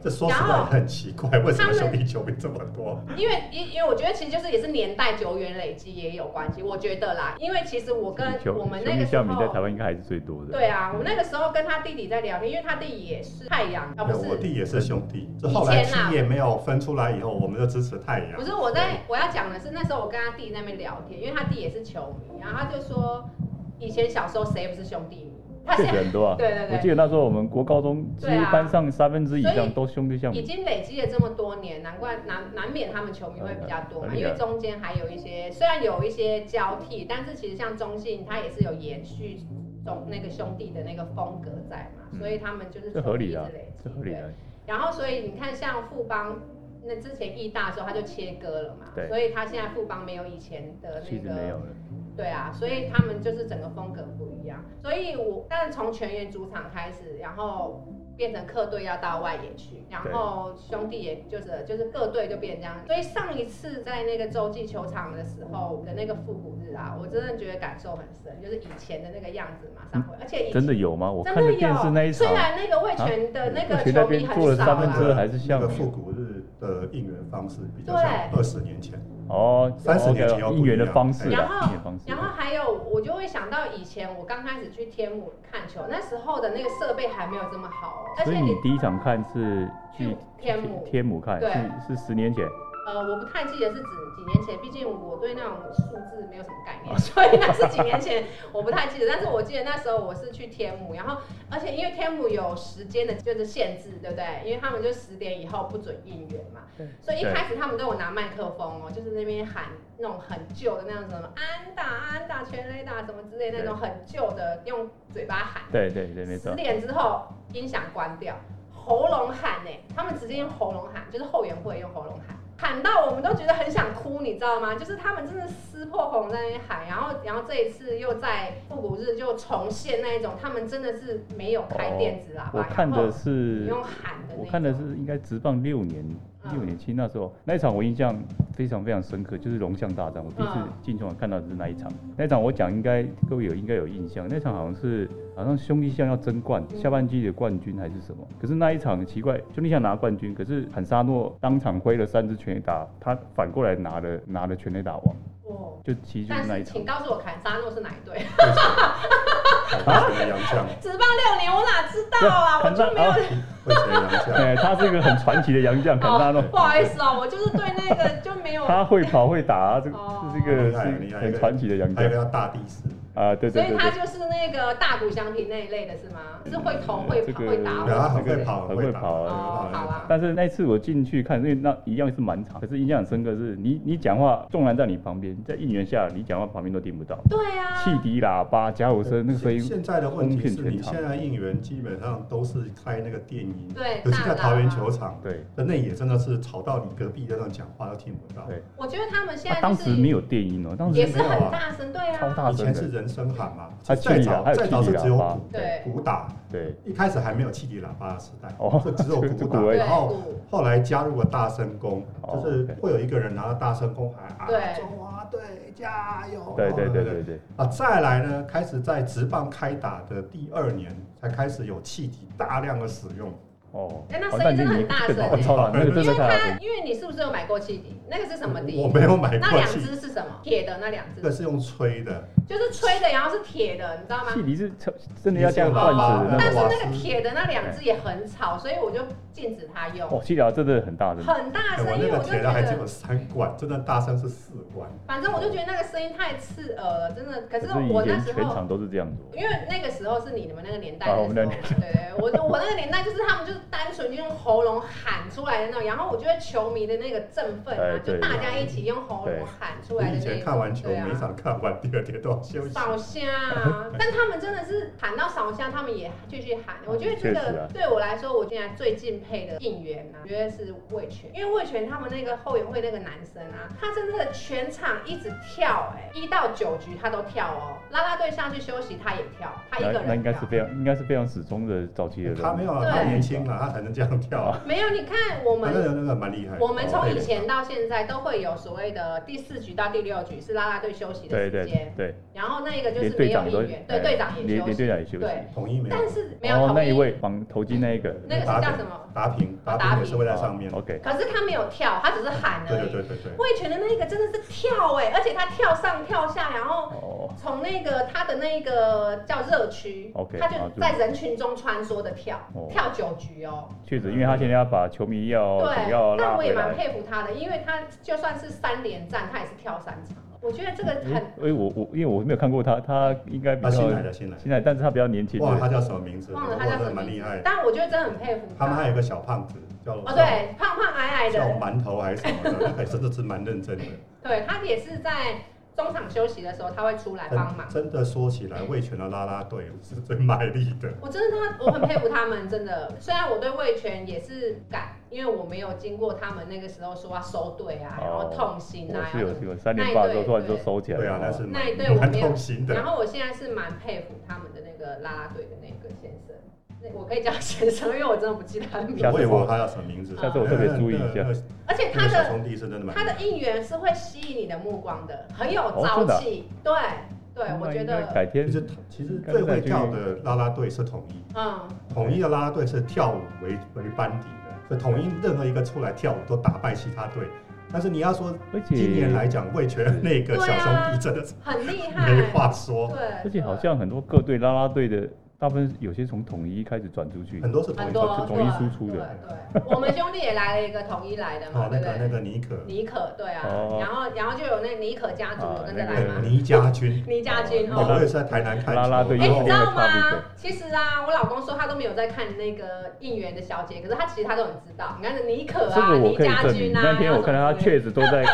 Speaker 5: 这说实话也很奇怪，为什么兄弟球迷这么多？
Speaker 3: 因为因因为我觉得其实就是也是年代久远累积也有关系，我觉得啦，因为其实我跟
Speaker 4: 球
Speaker 3: 我们
Speaker 4: 兄
Speaker 3: 那个
Speaker 4: 弟
Speaker 3: 时
Speaker 4: 下面在
Speaker 3: 候
Speaker 4: 台。湾应该还是最多的，
Speaker 3: 对啊，我那个时候跟他弟弟在聊天，因为他弟也是太阳，啊不
Speaker 5: 没有
Speaker 3: 是
Speaker 5: 我弟也是兄弟，这后来
Speaker 3: 以前啊
Speaker 5: 企业没有分出来以后，我们就支持太阳
Speaker 3: 不。是我在我要讲的是那时候我跟他弟那边聊天，因为他弟也是球迷，然后他就说以前小时候谁不是兄弟迷？他
Speaker 4: 确
Speaker 3: 现
Speaker 4: 实
Speaker 3: 在
Speaker 4: 很多啊。
Speaker 3: 对对对
Speaker 4: 我记得那时候我们国高中几
Speaker 3: 对啊
Speaker 4: 乎班上三分之以
Speaker 3: 所以
Speaker 4: 上都兄弟相
Speaker 3: 已
Speaker 4: 比，
Speaker 3: 经累积了这么多年，难怪难难免他们球迷会比较多嘛，
Speaker 4: 嗯嗯
Speaker 3: 因为中间还有一些虽然有一些交替，但是其实像中信他也是有延续中那个兄弟的那个风格在嘛，
Speaker 4: 嗯
Speaker 3: 所以他们就是
Speaker 4: 这合理
Speaker 3: 的
Speaker 4: 啊，这合理的。
Speaker 3: 然后所以你看，像富邦那之前义大的时候他就切割了嘛，
Speaker 4: 对
Speaker 3: 所以他现在富邦没有以前的
Speaker 4: 其
Speaker 3: 那
Speaker 4: 实
Speaker 3: 个
Speaker 4: 没有了，
Speaker 3: 对啊，所以他们就是整个风格不一样。所以我，但是从全员主场开始，然后变成客队要到外野去，然后兄弟也就是就是各队就变这样。所以上一次在那个洲际球场的时候的那个复古日啊，我真的觉得感受很深，就是以前的那个样子嘛，上回，而且以前
Speaker 4: 真的有吗？我
Speaker 3: 真
Speaker 4: 看
Speaker 3: 的
Speaker 4: 了
Speaker 3: 有，
Speaker 4: 电视那一场啊
Speaker 3: 虽，然那个魏权的那个
Speaker 4: 魏权那
Speaker 3: 球迷
Speaker 4: 边做
Speaker 3: 很
Speaker 4: 了
Speaker 3: 少啊
Speaker 4: 三分之二
Speaker 3: 啦，
Speaker 4: 还是
Speaker 5: 那
Speaker 4: 像
Speaker 5: 个复古日的应援方式比较像
Speaker 3: 对
Speaker 5: 二十年前，
Speaker 4: 哦，
Speaker 5: 30年前要不一样
Speaker 4: 应援的方式
Speaker 3: 然
Speaker 4: 啊，
Speaker 3: 后
Speaker 4: 应援方式
Speaker 3: 然。后还有我就会想到以前我刚开始去天母看球，那时候的那个设备还没有这么好、哦，而
Speaker 4: 所
Speaker 3: 且
Speaker 4: 以你第一场看是
Speaker 3: 去
Speaker 4: 去
Speaker 3: 天母
Speaker 4: 天母看，
Speaker 3: 对
Speaker 4: 是是十年前，
Speaker 3: 呃，我不太记得是指几年前，毕竟我对那种数字没有什么概
Speaker 4: 啊
Speaker 3: 念，所以那是几年前我不太记得。但是我记得那时候我是去天母，然后而且因为天母有时间的就是限制，对不对？因为他们就十点以后不准应援嘛
Speaker 4: 对，
Speaker 3: 所以一开始他们都有拿麦克风哦，就是那边喊那种很旧的那种什么安打安打全垒打什么之类的那种很旧的，用嘴巴喊。
Speaker 4: 对对对，没
Speaker 3: 十
Speaker 4: 错。
Speaker 3: 点之后音响关掉，喉咙喊呢、他们直接用喉咙喊，就是后援会用喉咙喊，喊到我们都觉得很想哭，你知道吗？就是他们真的撕破喉咙在那边喊，然后然后这一次又在复古日就重现那一种，他们真的是没有开电子喇叭，
Speaker 4: 哦我看
Speaker 3: 然
Speaker 4: 的
Speaker 3: 后
Speaker 4: 是
Speaker 3: 你用喊的那种，
Speaker 4: 我看的是应该直棒六年
Speaker 3: 嗯
Speaker 4: 六年七那时候那一场我印象非常非常深刻，就是龙象大战。我第一次
Speaker 3: 嗯
Speaker 4: 进球场看到的是那一场，那一场我讲应该各位有应该有印象，那场好像是好像兄弟象要争冠，
Speaker 3: 嗯
Speaker 4: 下半季的冠军还是什么。可是那一场奇怪，兄弟象拿冠军，可是坎沙诺当场挥了三支全垒打，他反过来拿了拿了全垒打王，
Speaker 3: 哦，
Speaker 4: 就其实就
Speaker 3: 但
Speaker 4: 是那
Speaker 3: 是
Speaker 4: 一场
Speaker 3: 请。告诉我坎沙诺是哪一队？
Speaker 5: 为什么？为什么洋将？
Speaker 3: 职棒六年我哪知道 啊？我
Speaker 4: 坎沙
Speaker 3: 就没有。
Speaker 5: 为什么洋将？
Speaker 4: 哎，他是一个很传奇的洋将，坎沙诺
Speaker 3: 哦，，不好意思哦，我就是对那个就没 有。
Speaker 4: 他会跑会打啊，这个
Speaker 3: 哦
Speaker 4: 这是一个
Speaker 5: 厉害厉
Speaker 4: 是
Speaker 5: 害
Speaker 4: 很传奇的洋
Speaker 5: 还有
Speaker 4: 将
Speaker 5: 一个叫大地师，
Speaker 4: 啊，对
Speaker 3: 所
Speaker 4: 对
Speaker 3: 以
Speaker 4: 对
Speaker 3: 他
Speaker 4: 对。
Speaker 3: 就是那个大谷翔平那一类的是吗？是会投、会
Speaker 4: 嗯这
Speaker 3: 跑、
Speaker 4: 个
Speaker 3: 会打，
Speaker 5: 对，他很
Speaker 4: 这个
Speaker 5: 会跑，
Speaker 4: 很
Speaker 5: 会
Speaker 4: 会
Speaker 3: 啊
Speaker 4: 跑
Speaker 5: 很会
Speaker 3: 哦好啊
Speaker 5: 跑。
Speaker 4: 但是那次我进去看，因为那一样是满场，可是印象很深刻是你你讲话，纵然在你旁边，在应援下你讲话旁边都听不到，
Speaker 3: 对啊，
Speaker 4: 汽笛、喇叭、加油声那个声音，
Speaker 5: 现在的问题是
Speaker 4: 轰遍
Speaker 5: 你
Speaker 4: 全场
Speaker 5: 现在应援基本上都是开那个电音，
Speaker 3: 对
Speaker 5: 尤其
Speaker 3: 大喇叭
Speaker 5: 在
Speaker 3: 啊
Speaker 5: 桃园球场，
Speaker 4: 对，
Speaker 5: 那内野真的是吵到你隔壁在那讲话都听不到。
Speaker 4: 对
Speaker 3: 我觉得他们现
Speaker 4: 啊
Speaker 3: 在、就是
Speaker 4: 当时没有电音哦，当
Speaker 3: 也
Speaker 4: 时
Speaker 3: 是很大声，对
Speaker 4: 超
Speaker 3: 啊，
Speaker 4: 大
Speaker 5: 以
Speaker 4: 声
Speaker 5: 前是
Speaker 4: 的，
Speaker 5: 人声喊嘛，
Speaker 4: 还
Speaker 5: 再
Speaker 4: 有气笛
Speaker 5: 早
Speaker 4: 喇，还啊有
Speaker 5: 再
Speaker 4: 气
Speaker 5: 早是
Speaker 4: 笛
Speaker 5: 只有
Speaker 4: 喇叭
Speaker 5: 鼓，
Speaker 3: 对
Speaker 5: 鼓打，
Speaker 4: 对
Speaker 5: 一开始还没有汽笛喇叭的时代，
Speaker 4: 哦
Speaker 5: 就只有
Speaker 4: 就
Speaker 5: 鼓
Speaker 4: 鼓
Speaker 5: 打，
Speaker 4: 而
Speaker 3: 对
Speaker 4: 已
Speaker 5: 然后
Speaker 3: 鼓
Speaker 5: 后来加入了大声公，
Speaker 4: 哦
Speaker 5: 就是
Speaker 4: 对
Speaker 5: 会有一个人拿着大声公喊啊，
Speaker 3: 对
Speaker 5: 中华队加油，
Speaker 4: 对对对对
Speaker 5: 对
Speaker 4: 对，
Speaker 5: 啊，再来呢，开始在职棒开打的第二年才开始有气体大量的使用，
Speaker 4: 哦
Speaker 3: 哎那，
Speaker 4: 好
Speaker 3: 声音
Speaker 4: 但
Speaker 3: 真的
Speaker 4: 你
Speaker 3: 很大
Speaker 4: 更
Speaker 3: 声
Speaker 4: 哦
Speaker 5: 哎
Speaker 4: 超大，那个
Speaker 3: 因
Speaker 4: 真的
Speaker 3: 为
Speaker 4: 太大
Speaker 3: 他
Speaker 4: 声，
Speaker 3: 因为你是不是有买过汽笛？那个是什么笛？
Speaker 5: 我没有买
Speaker 3: 那
Speaker 5: 过
Speaker 3: 两
Speaker 5: 气，
Speaker 3: 只是什么？铁的那两
Speaker 5: 这个
Speaker 3: 只，
Speaker 5: 是用吹的，
Speaker 3: 就是吹的，然后是铁的，你知道吗？
Speaker 4: 汽笛是超真的要这样转
Speaker 5: 啊
Speaker 4: 子的
Speaker 3: 但
Speaker 4: 那
Speaker 3: 是
Speaker 4: 种，
Speaker 3: 那个铁的那两只也很吵，所以我就禁止他用，
Speaker 4: 哦，气笛喇叭真的很大声，
Speaker 3: 很大
Speaker 5: 哎我
Speaker 3: 声，因
Speaker 5: 那
Speaker 3: 为
Speaker 5: 个
Speaker 3: 我就
Speaker 5: 铁
Speaker 3: 觉
Speaker 5: 的还只
Speaker 3: 得
Speaker 5: 有，三管，真的大声是四管。
Speaker 3: 反正我就觉得那个声音太刺耳了，真的。可
Speaker 4: 可
Speaker 3: 是
Speaker 4: 是以
Speaker 3: 我那
Speaker 4: 前
Speaker 3: 时
Speaker 4: 全
Speaker 3: 候。
Speaker 4: 场都是这样做。
Speaker 3: 因为那个时候是你们那个年代
Speaker 4: 啊
Speaker 3: 的
Speaker 4: 我
Speaker 3: 时
Speaker 4: 们
Speaker 3: 候
Speaker 4: 那
Speaker 3: 嘛，
Speaker 4: 个
Speaker 3: 对，我我那个年代就是他们就是单纯就用喉咙喊出来的那种，然后我觉得球迷的那个振奋啊
Speaker 4: 哎，
Speaker 3: 就
Speaker 4: 对
Speaker 3: 大家一起用喉
Speaker 4: 对
Speaker 3: 咙喊出
Speaker 5: 我
Speaker 3: 来的
Speaker 5: 以
Speaker 3: 那种，
Speaker 5: 前看完球，
Speaker 3: 对啊
Speaker 5: 每场看完第二天都要休 息。
Speaker 3: 扫虾啊，但他们真的是喊到扫虾，他们也继续喊。我觉得这
Speaker 4: 确实
Speaker 3: 个
Speaker 4: 啊
Speaker 3: 对我来说，我现在最敬佩的应援啊，我觉得是魏全，因为魏全他们那个后援会那个男生啊，他真的全场一直跳、哎，一到九局他都跳哦。啦啦队上去休息他也跳，他一个人啊跳。
Speaker 4: 那那应该是非常应该是非常始终的早期的人物，
Speaker 5: 他没有啊，
Speaker 3: 对
Speaker 5: 他年轻了，他才能这样跳。啊
Speaker 3: 没有，你看我
Speaker 5: 他那
Speaker 3: 们。
Speaker 5: 个那个蛮厉害的。哦
Speaker 3: 我们
Speaker 4: 哦
Speaker 3: 从以前
Speaker 5: 的
Speaker 3: 到现在都会有所谓的第四局到第六局是啦啦队休息的
Speaker 4: 对
Speaker 3: 时间，
Speaker 4: 对对，
Speaker 3: 然后那个就是
Speaker 4: 连
Speaker 3: 没
Speaker 4: 队
Speaker 3: 有
Speaker 4: 长都
Speaker 3: 应援，对
Speaker 4: 哎
Speaker 3: 队长也
Speaker 4: 连
Speaker 3: 休
Speaker 4: 连
Speaker 3: 息，
Speaker 4: 队长也休息。
Speaker 3: 对
Speaker 5: 统一没有
Speaker 3: 但是没有
Speaker 4: 然后
Speaker 3: 统
Speaker 4: 那
Speaker 3: 一
Speaker 4: 一位绑头巾哦那一个，哦
Speaker 3: 那个是叫什么？
Speaker 5: 打平，
Speaker 3: 哦打
Speaker 5: 打
Speaker 3: 平哦
Speaker 5: 平也是会在上面。
Speaker 4: OK，
Speaker 3: 可是他没有跳，他只是喊
Speaker 5: 对
Speaker 3: 而
Speaker 5: 对
Speaker 3: 已。
Speaker 5: 对对对。
Speaker 3: 魏全的那个真的是跳哎、而且他跳上跳下，然后
Speaker 4: 哦，
Speaker 3: 从那个他的那个叫热区
Speaker 4: OK，
Speaker 3: 他就
Speaker 4: 啊就
Speaker 3: 在人群中穿梭的跳，
Speaker 4: 哦
Speaker 3: 跳九局哦。
Speaker 4: 确实，因为他现在要把球迷要主哦
Speaker 3: 对，
Speaker 4: 要
Speaker 3: 但
Speaker 4: 拉
Speaker 3: 我
Speaker 4: 回
Speaker 3: 也蛮
Speaker 4: 来。
Speaker 3: 佩服他的，因为他就算是三连战，他也是跳三场。我觉得这个很
Speaker 4: 因为我我因为我没有看过他，他应该比
Speaker 5: 他
Speaker 4: 较
Speaker 5: 啊新来的，新来的，
Speaker 4: 现在，但是他比较年轻。哦
Speaker 5: 忘了他叫什么名字，
Speaker 3: 忘了
Speaker 5: 我
Speaker 3: 他叫
Speaker 5: 真
Speaker 3: 什
Speaker 5: 的
Speaker 3: 么
Speaker 5: 蛮
Speaker 3: 名
Speaker 5: 厉
Speaker 3: 字
Speaker 5: 害，。
Speaker 3: 但我觉得真的很佩服
Speaker 5: 他们还有个小胖子叫
Speaker 3: 哦，对，胖胖矮矮
Speaker 5: 叫
Speaker 3: 的，
Speaker 5: 馒头还是什么的，那个真的是蛮认 真的。
Speaker 3: 对他也是在中场休息的时候他会出来帮忙。
Speaker 5: 真的说起来，魏全的啦啦队是最卖力的。
Speaker 3: 我真的他，我很佩服他们，真的。虽然我对魏权也是感，因为我没有经过他们那个时候说要收队啊，然后痛心
Speaker 4: 哦我
Speaker 3: 啊，
Speaker 4: 是有这个三连霸之后突然就收起来了。哦
Speaker 5: 对啊，那是
Speaker 3: 那一
Speaker 5: 蛮
Speaker 3: 队我
Speaker 5: 蛮
Speaker 3: 没有
Speaker 5: 痛心的
Speaker 3: 然。后我现在是蛮佩服他们的那个啦啦队的那个先生，那我可以叫先生，因为我真的不记得他 的名字
Speaker 4: 下。
Speaker 5: 我也忘了他叫什么名字。
Speaker 4: 下次我特别注意一下
Speaker 5: 那个。
Speaker 3: 而且
Speaker 5: 那
Speaker 3: 他
Speaker 5: 个小
Speaker 3: 的
Speaker 5: 兄弟是真的蛮
Speaker 3: 他的应援是会吸引你的目光的，很有
Speaker 4: 哦
Speaker 3: 朝
Speaker 4: 真的啊 Oh
Speaker 3: 气。对对，我觉
Speaker 4: 那应该
Speaker 3: 得，
Speaker 4: 改天
Speaker 5: 其实其实最会跳的啦啦队是统一，
Speaker 3: 嗯，
Speaker 5: 统一的啦啦队是跳舞为为班底的，所以统一任何一个出来跳舞都打败其他队。但是你要说
Speaker 4: 而且
Speaker 5: 今年来讲，魏全那个小兄弟真的是
Speaker 3: 很厉害。
Speaker 5: 没
Speaker 3: 对，
Speaker 5: 话说，
Speaker 4: 而且好
Speaker 3: 对
Speaker 4: 像很多各队啦啦队的，大部分有些从统一开始转出去
Speaker 5: 很。多是统
Speaker 3: 很
Speaker 5: 一
Speaker 3: 多啊
Speaker 5: 跳。
Speaker 4: 统一输出的
Speaker 3: 对，对，我们兄弟也来了一个统一来的嘛
Speaker 5: 哦，，
Speaker 3: 对
Speaker 5: 那
Speaker 3: 不
Speaker 5: 个
Speaker 3: 对？
Speaker 5: 那个尼可，
Speaker 3: 尼可对啊，
Speaker 4: 哦啊
Speaker 3: 然后然后就有那尼可家族有跟着来
Speaker 5: 对
Speaker 3: 嘛，
Speaker 5: 倪家军，
Speaker 3: 倪家军
Speaker 5: 哦，
Speaker 3: 哦。
Speaker 5: 我也是在台南看球
Speaker 4: 啦啦队
Speaker 3: 哎、
Speaker 4: 对
Speaker 3: 你知道
Speaker 4: 有一定的差别
Speaker 3: 吗？其实啊，我老公说他都没有在看那个应援的小姐，可是他其实他都很知道。你看这尼可
Speaker 4: 这
Speaker 3: 啊，
Speaker 4: 个
Speaker 3: 倪
Speaker 4: 我可以
Speaker 3: 家
Speaker 4: 证
Speaker 3: 军
Speaker 4: 明。
Speaker 3: 啊，
Speaker 4: 那天我看到他 确实都在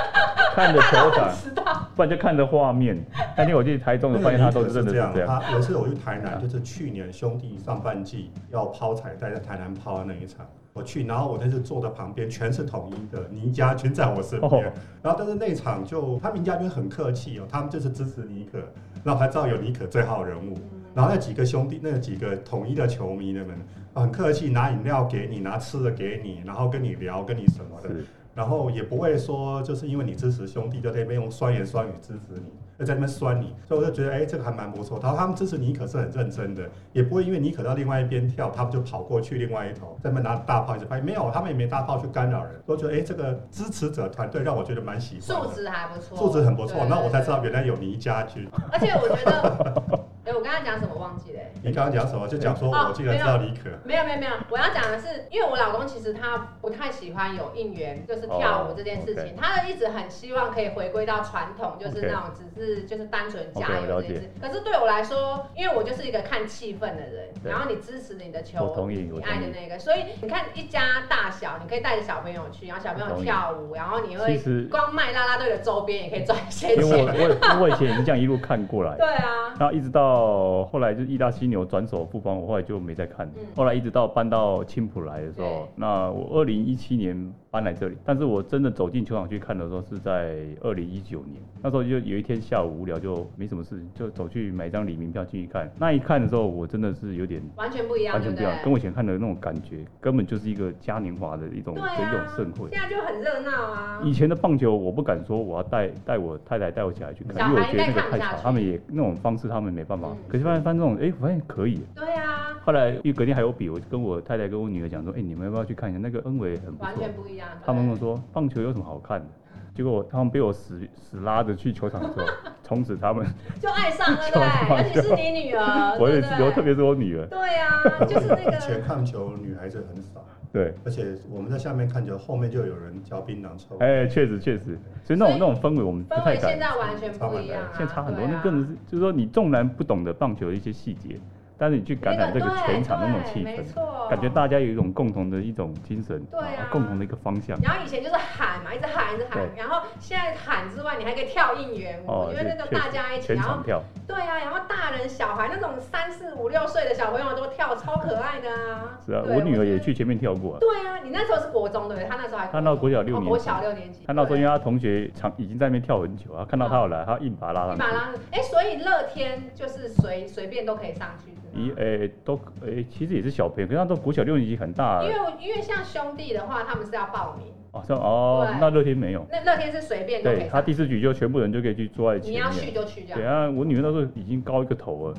Speaker 4: 看着球场，
Speaker 3: 知道，
Speaker 4: 不然就看着 画面。那天我去台中，
Speaker 5: 那
Speaker 4: 我
Speaker 5: 个
Speaker 4: 发现他
Speaker 5: 尼
Speaker 4: 都
Speaker 5: 可
Speaker 4: 真的
Speaker 5: 这
Speaker 4: 是
Speaker 5: 样
Speaker 4: 这。样。
Speaker 5: 他有一次我去台南，就是去年兄弟上半季要抛彩带，在台南抛的那一场，我去，然后我那次坐的旁边全是统一的倪家军在我身边
Speaker 4: 哦，
Speaker 5: 然后但是那场就他们倪家军很客气哦，他们就是支持尼可，然后还知道有尼可这号人物。然后那几个兄弟，那几个统一的球迷们很客气，拿饮料给你，拿吃的给你，然后跟你聊，跟你什么的。
Speaker 4: 是，
Speaker 5: 然后也不会说就是因为你支持兄弟，就在那边用酸言酸语支持你，就在那边酸你，所以我就觉得哎、这个还蛮不错。然后他们支持你可是很认真的，也不会因为你可到另外一边跳，他们就跑过去另外一头，在那边拿大炮一直拍，没有，他们也没大炮去干扰人。我觉得哎、这个支持者团队让我觉得蛮喜欢
Speaker 3: 素
Speaker 5: 的，
Speaker 3: 质还不错，
Speaker 5: 素质很不错。
Speaker 3: 对
Speaker 5: 那我才知道原来有倪家军。
Speaker 3: 而且我觉得， 哎、我刚才讲什么忘记了、欸？
Speaker 5: 你刚刚讲什么？就讲说
Speaker 3: 哦
Speaker 5: 我竟然知道李可。
Speaker 3: 没有没有没有，我要讲的是，因为我老公其实他不太喜欢有应援，就是跳舞这件事情，他一直很希望可以回归到传统，就是
Speaker 4: 哦 OK
Speaker 3: 那种只是就是单纯加
Speaker 4: OK，我
Speaker 3: 油
Speaker 4: 了
Speaker 3: 这件事
Speaker 4: 解。
Speaker 3: 可是对我来说，因为我就是一个看气氛的人，
Speaker 4: 对
Speaker 3: 然后你支持你的球，
Speaker 4: 我同意我
Speaker 3: 你
Speaker 4: 同
Speaker 3: 爱
Speaker 4: 意
Speaker 3: 的那个，所以你看一家大小，你可以带着小朋友去，然后小朋
Speaker 4: 我
Speaker 3: 友
Speaker 4: 同意
Speaker 3: 跳舞，然后你
Speaker 4: 其
Speaker 3: 会
Speaker 4: 实
Speaker 3: 光卖啦啦队的周边也可以赚一些
Speaker 4: 因为我
Speaker 3: 钱。
Speaker 4: 我我以前已经这样一路看过来，
Speaker 3: 对啊，
Speaker 4: 然后一直到后来就意大犀牛转手复方，我后来就没再看。
Speaker 3: 嗯
Speaker 4: 后来一直到搬到青浦来的时
Speaker 3: 对
Speaker 4: 候，那我二零一七年搬来这里，但是我真的走进球场去看的时候是在二零一九年，那时候就有一天下午无聊就没什么事，就走去买一张李明票进去看。那一看的时候，我真的是有点
Speaker 3: 完全不一样，
Speaker 4: 完全不一样，
Speaker 3: 对
Speaker 4: 跟
Speaker 3: 不
Speaker 4: 我以前看的那种感觉，根本就是一个嘉年华的一种
Speaker 3: 对？
Speaker 4: 的一
Speaker 3: 对
Speaker 4: 种
Speaker 3: 啊，
Speaker 4: 盛会。
Speaker 3: 现在就很热闹啊。
Speaker 4: 以前的棒球，我不敢说我要带带我太太带我小孩去看，因为我觉得那个
Speaker 3: 小孩应该看不
Speaker 4: 太吵
Speaker 3: 下，去
Speaker 4: 他们也那种方式他们没办法
Speaker 3: 嗯。
Speaker 4: 可是发现发现这种，哎、我发现可以。
Speaker 3: 对啊，
Speaker 4: 后来因为隔天还有比，我跟我太太跟我女儿讲说，哎、你们要不要去看一下？那个氛围很不
Speaker 3: 完
Speaker 4: 错。
Speaker 3: 全不一样。
Speaker 4: 他们跟我
Speaker 3: 对
Speaker 4: 说，棒球有什么好看的？结果他们被我死死拉着去球场 之后，从此他们，
Speaker 3: 就爱上 了，对不对？
Speaker 4: 就
Speaker 3: 而且是你女儿，
Speaker 4: 我也是
Speaker 3: 哦对，不
Speaker 4: 我
Speaker 3: 对
Speaker 4: 特别是我女儿，
Speaker 3: 对 啊，就是那
Speaker 5: 以
Speaker 3: 个，
Speaker 5: 前看球女孩子很少，
Speaker 4: 对，
Speaker 5: 而且我们在下面看球，后面就有人嚼槟榔抽。
Speaker 4: 哎、确实确实，所以那种那种氛围我们不
Speaker 3: 氛
Speaker 4: 太
Speaker 3: 围
Speaker 4: 敢
Speaker 3: 现。在完全不一样啊，
Speaker 4: 现在差很多，
Speaker 3: 对啊
Speaker 4: 那根本是就是说你纵然不懂得棒球的一些细节，但是你去感染这个全场的那种气
Speaker 3: 对对没啊
Speaker 4: 氛，
Speaker 3: 错，
Speaker 4: 感觉。大家有一种共同的一种精神，
Speaker 3: 对啊
Speaker 4: 共同的一个方向。
Speaker 3: 然后以前就是喊嘛，一直喊，一直喊。
Speaker 4: 对
Speaker 3: 然后现在喊之外，你还可以跳应援舞，
Speaker 4: 哦
Speaker 3: 因为那个
Speaker 4: 确实
Speaker 3: 大家一起，
Speaker 4: 全
Speaker 3: 然后
Speaker 4: 场跳，
Speaker 3: 对啊，然后大人小孩那种三四五六岁的小朋友都跳，超可爱的啊。
Speaker 4: 是啊，
Speaker 3: 对
Speaker 4: 我女儿也。
Speaker 3: 觉得
Speaker 4: 去前面跳过啊。
Speaker 3: 对啊，你那时候是国中对不对？她那时候还
Speaker 4: 她那国小六
Speaker 3: 哦
Speaker 4: 年
Speaker 3: 国
Speaker 4: 级
Speaker 3: 小六年级，
Speaker 4: 她那时候因
Speaker 3: 对
Speaker 4: 为她同学常已经在那边跳很久啊，看到她有来，她硬把她拉上
Speaker 3: 一马
Speaker 4: 去。
Speaker 3: 拉是，哎、所以乐天就是随随便都可以上去，
Speaker 4: 咦
Speaker 3: 是，吗？
Speaker 4: 诶、都诶、其实也是小朋友，可是她都国小六年级很大
Speaker 3: 因
Speaker 4: 了。
Speaker 3: 为因为像兄弟的话，他们是要报名，
Speaker 4: 哦，像哦
Speaker 3: 对，
Speaker 4: 那乐天没有。
Speaker 3: 那乐天是随便都可
Speaker 4: 对
Speaker 3: 以
Speaker 4: 她
Speaker 3: 上去，
Speaker 4: 第四局就全部人就可以去坐在前
Speaker 3: 你要去
Speaker 4: 面。
Speaker 3: 就去这样。
Speaker 4: 对
Speaker 3: 对啊，
Speaker 4: 啊，我女儿那时候已经高一个头了，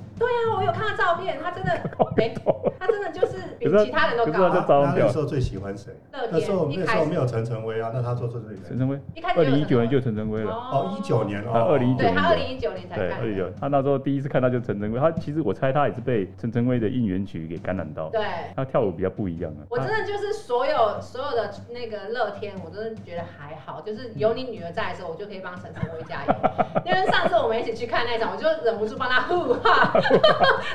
Speaker 3: 我有看到照片，他真的，哎、 他真的就是比
Speaker 4: 可是
Speaker 3: 其他人都
Speaker 4: 可是
Speaker 5: 那
Speaker 4: 他
Speaker 3: 高啊
Speaker 4: 在。
Speaker 5: 那那时候最喜欢谁？
Speaker 3: 乐
Speaker 5: 那时候
Speaker 3: 天一
Speaker 5: 那时
Speaker 3: 开
Speaker 5: 候
Speaker 3: 始
Speaker 5: 没有陈晨威啊，那他做最最
Speaker 4: 陈晨威，
Speaker 3: 一开始
Speaker 4: 二零一九年就陈晨威了。
Speaker 5: 哦，一九年哦，
Speaker 4: 啊2019
Speaker 3: 对他二零一九年才
Speaker 4: 对，
Speaker 3: 看
Speaker 4: 二
Speaker 3: 的，
Speaker 4: 零九，他那时候第一次看到就陈晨威，他其实我猜他也是被陈晨威的应援曲给感染到，
Speaker 3: 对。
Speaker 4: 他跳舞比较不一样啊。
Speaker 3: 我真
Speaker 4: 他
Speaker 3: 的就是所有所有的那个乐天，我真的觉得还好，就是有你女儿在的时候，我就可以帮陈晨威加油。因为上次我们一起去看那场，我就忍不住帮他互哈，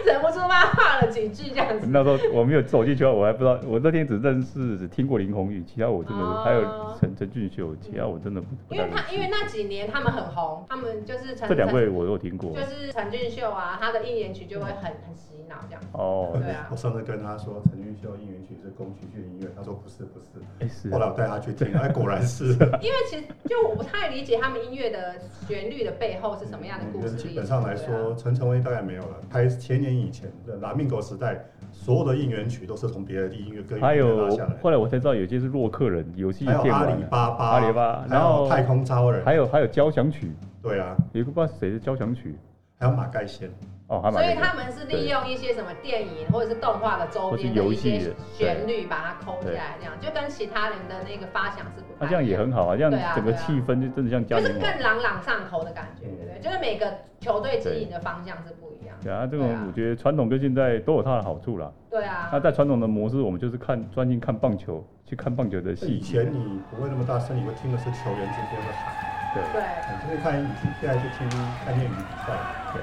Speaker 3: 忍不住帮他哈了几句这样子。
Speaker 4: 那时候我没有走进去，啊我还不知道，我那天只认识只听过林宏宇，其他我真的、
Speaker 3: 哦
Speaker 4: 还有陈陈俊秀，其他我真的不不
Speaker 3: 因
Speaker 4: 太
Speaker 3: 为
Speaker 4: 认
Speaker 3: 他因为
Speaker 4: 识。
Speaker 3: 那几年他们很红，他们就是陈
Speaker 4: 这两位我有听过
Speaker 3: 就是陈俊秀啊，他的应援曲就会很很洗脑这样。
Speaker 4: 哦，
Speaker 3: 对啊
Speaker 5: 我上次跟他说陈俊秀应援曲是宫崎骏音乐，他说不是不是，
Speaker 4: 哎是
Speaker 5: 后
Speaker 4: 啊，
Speaker 5: 来我带他去听，哎，果 然是。
Speaker 3: 因为其实就我不太理解他们音乐的旋律的背后是啊什么样的故事。
Speaker 5: 嗯基本上来说，陈晨威大概没有了。还前年以前的拉命狗时代，所有的应援曲都是从别的音乐歌
Speaker 4: 还
Speaker 5: 拉
Speaker 4: 有
Speaker 5: 下来，
Speaker 4: 后来我才知道有些是洛克人游戏
Speaker 5: 还
Speaker 4: 电
Speaker 5: 有阿里
Speaker 4: 玩啊，
Speaker 5: 巴巴，
Speaker 4: 阿里巴巴
Speaker 5: 还
Speaker 4: 然后
Speaker 5: 有太空超人，
Speaker 4: 还有还有交响曲，
Speaker 5: 对啊，
Speaker 4: 有一个不知道是谁的交响曲
Speaker 5: 还有马盖先。
Speaker 4: 哦，还
Speaker 3: 所
Speaker 4: 蛮
Speaker 3: 以
Speaker 4: 有名的
Speaker 3: 他们是利用一些什么电影或者是动画的周边的一些旋律，把它抠起来，这样就跟其他人的那个发想是不
Speaker 4: 那
Speaker 3: 太一样。
Speaker 4: 这样也很好啊，这样
Speaker 3: 对啊
Speaker 4: 整个
Speaker 3: 对啊
Speaker 4: 气氛就真的像嘉
Speaker 3: 就是
Speaker 4: 年华。
Speaker 3: 更朗朗上口的感觉，对不对？就是每个球队经营的方向是不一样。
Speaker 4: 对啊，这
Speaker 3: 对啊
Speaker 4: 种我觉得传统跟现在都有它的好处啦。
Speaker 3: 对啊
Speaker 4: 那，在传统的模式，我们就是看专心看棒球，去看棒球的细
Speaker 5: 以
Speaker 4: 节。
Speaker 5: 前你不会那么大声，你会听的是球员之间的喊。
Speaker 4: 对，
Speaker 3: 对，
Speaker 5: 你现在哎看，你现在去听看电影比赛，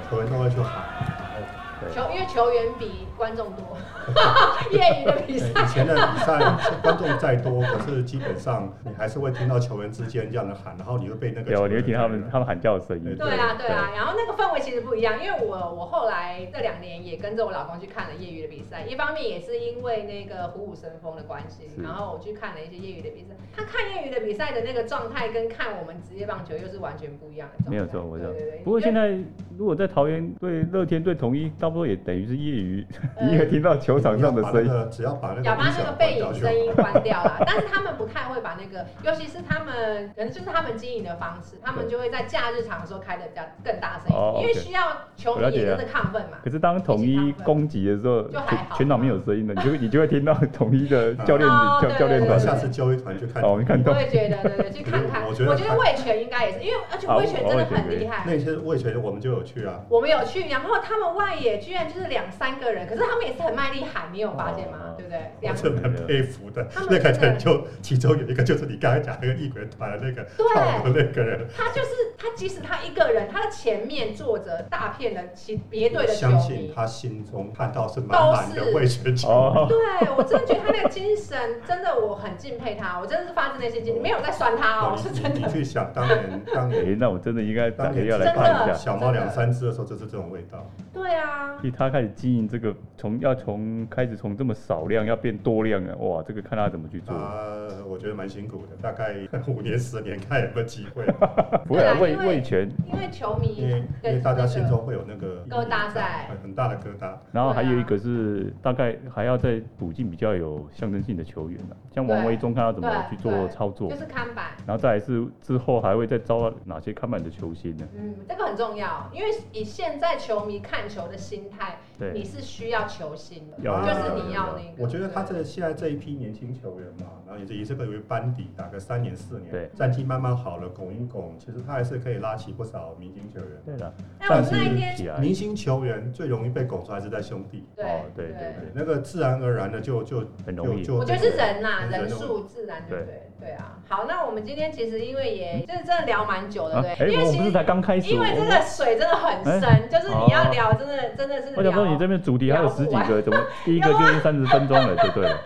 Speaker 5: 球员都会去喊。
Speaker 3: 球因为球员比观众多，业余的比赛
Speaker 5: 以前的比赛，观众再多，可是基本上你还是会听到球员之间这样的喊，然后你会被那个。
Speaker 4: 对，啊我你会听他们他们喊叫的声音。
Speaker 3: 对啊，对啊，然后那个氛围其实不一样，因为我我后来这两年也跟着我老公去看了业余的比赛，一方面也是因为那个虎虎生风的关系，
Speaker 4: 是
Speaker 3: 然后我去看了一些业余的比赛。他看业余的比赛的那个状态，跟看我们职业棒球又是完全不一样的状态。
Speaker 4: 没有错，我知道
Speaker 3: 对对对。
Speaker 4: 不过现
Speaker 3: 在
Speaker 4: 在如果在桃园对乐天对统一，到差不多也等于是业余，
Speaker 3: 嗯
Speaker 4: 你也听到球场上的
Speaker 5: 把
Speaker 4: 声音。
Speaker 5: 那个只要把那个
Speaker 3: 哑巴那个背
Speaker 5: 音响
Speaker 3: 影声音
Speaker 5: 关掉
Speaker 3: 关掉 了，但是他们不太会把那个，尤其是他们可能就是他们经营的方式，他们就会在假日场的时候开的比较更大声一
Speaker 4: 哦
Speaker 3: 点，因为需要球迷也跟着亢奋嘛。
Speaker 4: 可是当统一攻击的时候，
Speaker 3: 就还
Speaker 4: 全
Speaker 3: 好
Speaker 4: 全场没有声音了，你就你就会听到统一的教练
Speaker 3: 哦
Speaker 4: 教
Speaker 3: 对
Speaker 4: 教练
Speaker 5: 就
Speaker 3: 对
Speaker 4: 团
Speaker 5: 我
Speaker 3: 对
Speaker 5: 下次揪一团去看。
Speaker 4: 哦你看
Speaker 3: 我也觉得，对对，去看看。我
Speaker 5: 我
Speaker 3: 觉
Speaker 5: 觉得
Speaker 3: 得魏权应该也是，因为而且魏权真的很厉害。
Speaker 5: 那些我也觉得我们就有去啊。
Speaker 3: 我们有去，然后他们外野居然就是两三个人，可是他们也是很卖力喊，你有发现吗？
Speaker 4: 哦
Speaker 3: 对不对？
Speaker 5: 我
Speaker 3: 两
Speaker 5: 是蛮佩服的
Speaker 3: 他，们
Speaker 5: 那个
Speaker 3: 真的
Speaker 5: 人就其中有一个就是你刚才讲那个异鬼团的那个
Speaker 3: 对
Speaker 5: 跳舞的那个人，
Speaker 3: 他就是他，即使他一个人，他的前面坐着大片的其别队的球
Speaker 5: 相信
Speaker 3: 迷，
Speaker 5: 他心中看到是满满
Speaker 3: 都
Speaker 5: 的
Speaker 3: 是
Speaker 5: 味觉球
Speaker 4: 哦，
Speaker 3: 对我真的觉得他那个精神，真的我很敬佩他，我真的是发自内心敬佩，没有在酸他哦，是
Speaker 5: 迷。
Speaker 3: 真
Speaker 5: 你
Speaker 3: 的。
Speaker 5: 去想，当年当
Speaker 4: 哎
Speaker 5: 年，
Speaker 4: 那我真的应该打
Speaker 5: 当
Speaker 4: 开
Speaker 5: 年
Speaker 4: 要来
Speaker 3: 真的
Speaker 4: 看一下。
Speaker 5: 小猫两三只的时候就是这种味道。
Speaker 3: 对啊
Speaker 4: 所，以他开始经营这个，从要从开始从这么少量要变多量啊，哇，这个看他怎么去做。
Speaker 5: 啊，我觉得蛮辛苦的，大概 五年十年看有没有机 会，
Speaker 4: 不会啊，
Speaker 3: 对啊
Speaker 4: 魏
Speaker 3: 因为
Speaker 4: 魏权，
Speaker 3: 因为球
Speaker 5: 因
Speaker 3: 迷
Speaker 5: 为因为大家心中会有那个
Speaker 3: 疙瘩在
Speaker 5: 很很大的疙瘩。
Speaker 4: 然后还
Speaker 3: 对啊
Speaker 4: 有一个是大概还要再补进比较有象征性的球员啊，像
Speaker 3: 对
Speaker 4: 王维忠看他怎么去
Speaker 3: 对
Speaker 4: 做
Speaker 3: 对
Speaker 4: 操作
Speaker 3: 就，是看板。
Speaker 4: 然后再来是之后还会再招哪些看板的球星呢？
Speaker 3: 嗯，这个很重要，因为以现在球迷看球的心态，你
Speaker 4: 对，
Speaker 3: 是需要球星的，
Speaker 4: 要
Speaker 5: 啊
Speaker 3: 就是你要那个。
Speaker 5: 我觉得他这现在这一批年轻球员嘛，然后也以这个为班底，打个三年四年，
Speaker 4: 对
Speaker 5: 战绩慢慢好了，拱一拱，其实他还是可以拉起不少明星球员。
Speaker 4: 对啊了，
Speaker 3: 但我
Speaker 4: 暂
Speaker 3: 们那一
Speaker 4: 时
Speaker 3: 天，
Speaker 4: 起来，
Speaker 5: 明星球员最容易被拱出来是在兄弟，
Speaker 3: 对
Speaker 4: 哦对对
Speaker 5: 对那个自然而然的就就
Speaker 4: 很容
Speaker 5: 就
Speaker 4: 易
Speaker 5: 就，
Speaker 3: 我觉得是人呐、
Speaker 5: 人
Speaker 3: 人数自然，对不对？对啊。好，那我们今天其实因为也就是真的聊蛮久的，
Speaker 4: 嗯啊
Speaker 3: 对，
Speaker 4: 哎，
Speaker 3: 因为
Speaker 4: 我
Speaker 3: 其
Speaker 4: 不是
Speaker 3: 实
Speaker 4: 才刚开始，哦
Speaker 3: 因为这
Speaker 4: 我
Speaker 3: 个水真的很深，就是你要聊，真的真的是
Speaker 4: 我想说你这
Speaker 3: 聊。
Speaker 4: 边主题还有十几
Speaker 3: 聊不
Speaker 4: 个，怎么第一个就是三十分钟了，就对 了。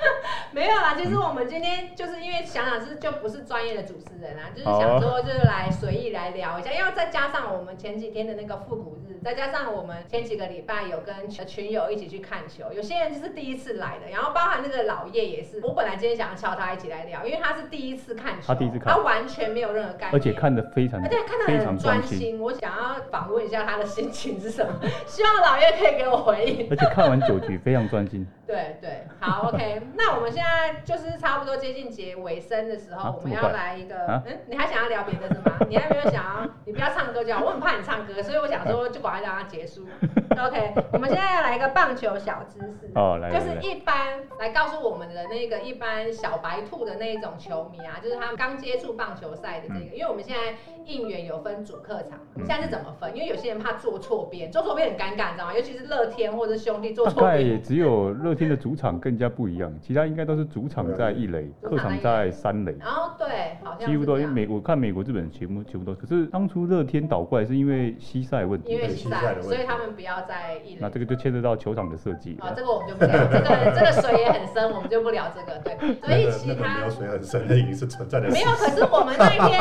Speaker 3: 没有啦，就是我们今天就是因为想想是就不是专业的主持人啊，就是想说就是来随意来聊一下，因为再加上我们前几天的那个复古日，再加上我们前几个礼拜有跟群友一起去看球，有些人就是第一次来的，然后包含那个老叶也是，我本来今天想要敲他一起来聊，因为他是第一次看球，
Speaker 4: 他第一次看
Speaker 3: 他完全没有任何概念，
Speaker 4: 而且看得非常
Speaker 3: 而且看
Speaker 4: 非
Speaker 3: 得很
Speaker 4: 常专
Speaker 3: 专
Speaker 4: 心，
Speaker 3: 心，我想要访问一下他的心情是什么，希望老岳可以给我回应。
Speaker 4: 而且看完九局非常专心。
Speaker 3: 对对， 好，OK。那我们现在就是差不多接近结尾声的时候，
Speaker 4: 啊
Speaker 3: 我们
Speaker 4: 这么
Speaker 3: 要
Speaker 4: 快
Speaker 3: 来一个，
Speaker 4: 啊
Speaker 3: 嗯，你还想要聊别的是吗？你还没有想要，你不要唱歌就好，我很怕你唱歌，所以我想说就赶快让它结 束。OK，我们现在要来一个棒球小知识。
Speaker 4: 哦，来
Speaker 3: 就
Speaker 4: 来
Speaker 3: 是
Speaker 4: 来，
Speaker 3: 一般来告诉我们的那个一般小白兔的那一种球迷啊，就是他们刚接触棒球赛的
Speaker 4: 嗯
Speaker 3: 这个，因为我们现在应援有分主客场，我们现在是怎么分？因为有些人怕坐错边，坐错边很尴尬，你知道吗？尤其是乐天或者是兄弟坐
Speaker 4: 大
Speaker 3: 错
Speaker 4: 概
Speaker 3: 边，
Speaker 4: 也只有乐天的主场更加不一样，其他应该都是主场在一垒，
Speaker 3: 对
Speaker 4: 客场在三垒。
Speaker 3: 然后对，好像是
Speaker 4: 几乎都
Speaker 3: 这
Speaker 4: 因为
Speaker 3: 样
Speaker 4: 美，我看美国、日本全部全部都。可是当初乐天倒过来是因为西赛问
Speaker 3: 因
Speaker 4: 题，
Speaker 3: 为
Speaker 5: 对
Speaker 3: 比
Speaker 5: 西赛
Speaker 3: 赛，
Speaker 5: 的问
Speaker 3: 所以
Speaker 5: 题
Speaker 3: 他们不要在一垒
Speaker 4: 那。这个就牵涉到球场的设计
Speaker 3: 啊、
Speaker 4: 了。
Speaker 3: 这个我们就不聊，这个这个水也很深，我们就不聊这个。对，所
Speaker 5: 那
Speaker 3: 以
Speaker 5: 个
Speaker 3: 其
Speaker 5: 那个
Speaker 3: 他
Speaker 5: 没有水很深，那已经是存在的事
Speaker 3: 没有，可是我们那一天，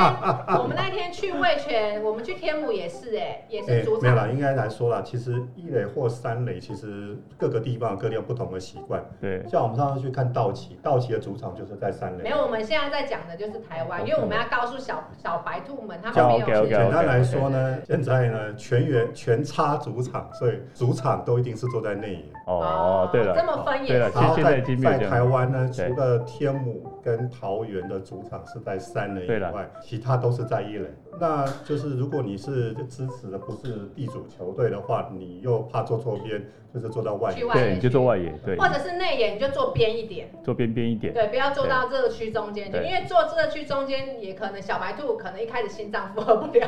Speaker 3: 我们那一天去味全，我们去天母也是、哎，也
Speaker 5: 哎
Speaker 3: 是主
Speaker 5: 没有
Speaker 3: 场。
Speaker 5: 啦，应该来说啦，其实一垒或三垒，其实各个地方有各地有不同的习惯。
Speaker 4: 对，
Speaker 5: 像我们上次去看道奇，道奇的主场就是在三垒
Speaker 3: 没。有，我们现在在讲的就是台湾，因为我们要告诉小小白兔们，他
Speaker 5: 叫
Speaker 3: 们没有
Speaker 4: 哦 OK，OK
Speaker 5: 简单来说呢，现在呢全员全插主场，所以主场都一定是坐在内野。
Speaker 4: 哦，对了，
Speaker 3: 这么分
Speaker 4: 对
Speaker 3: 也
Speaker 4: 了，
Speaker 3: 是
Speaker 4: 其
Speaker 5: 然
Speaker 4: 实
Speaker 5: 后
Speaker 4: 现在
Speaker 5: 在
Speaker 4: 已经没有
Speaker 5: 在
Speaker 4: 这
Speaker 5: 台
Speaker 4: 样。
Speaker 5: 湾呢，
Speaker 4: 对
Speaker 5: 除了天母跟桃园的主场是在三垒
Speaker 4: 对
Speaker 5: 以
Speaker 4: 了
Speaker 5: 外，其他都是在一垒。那就是如果你是支持的不是地主球队的话，你又怕坐错边，就是坐到外
Speaker 3: 去
Speaker 5: 野。
Speaker 3: 外
Speaker 4: 对，
Speaker 3: 野
Speaker 4: 你
Speaker 3: 去
Speaker 4: 就做外野，对，
Speaker 3: 或者是内野，你就坐边一点，
Speaker 4: 做边边一点。
Speaker 3: 对，不要坐到热区中间去，
Speaker 4: 对
Speaker 3: 因为坐热区中间也可能小白兔可能一开始心脏负荷不了，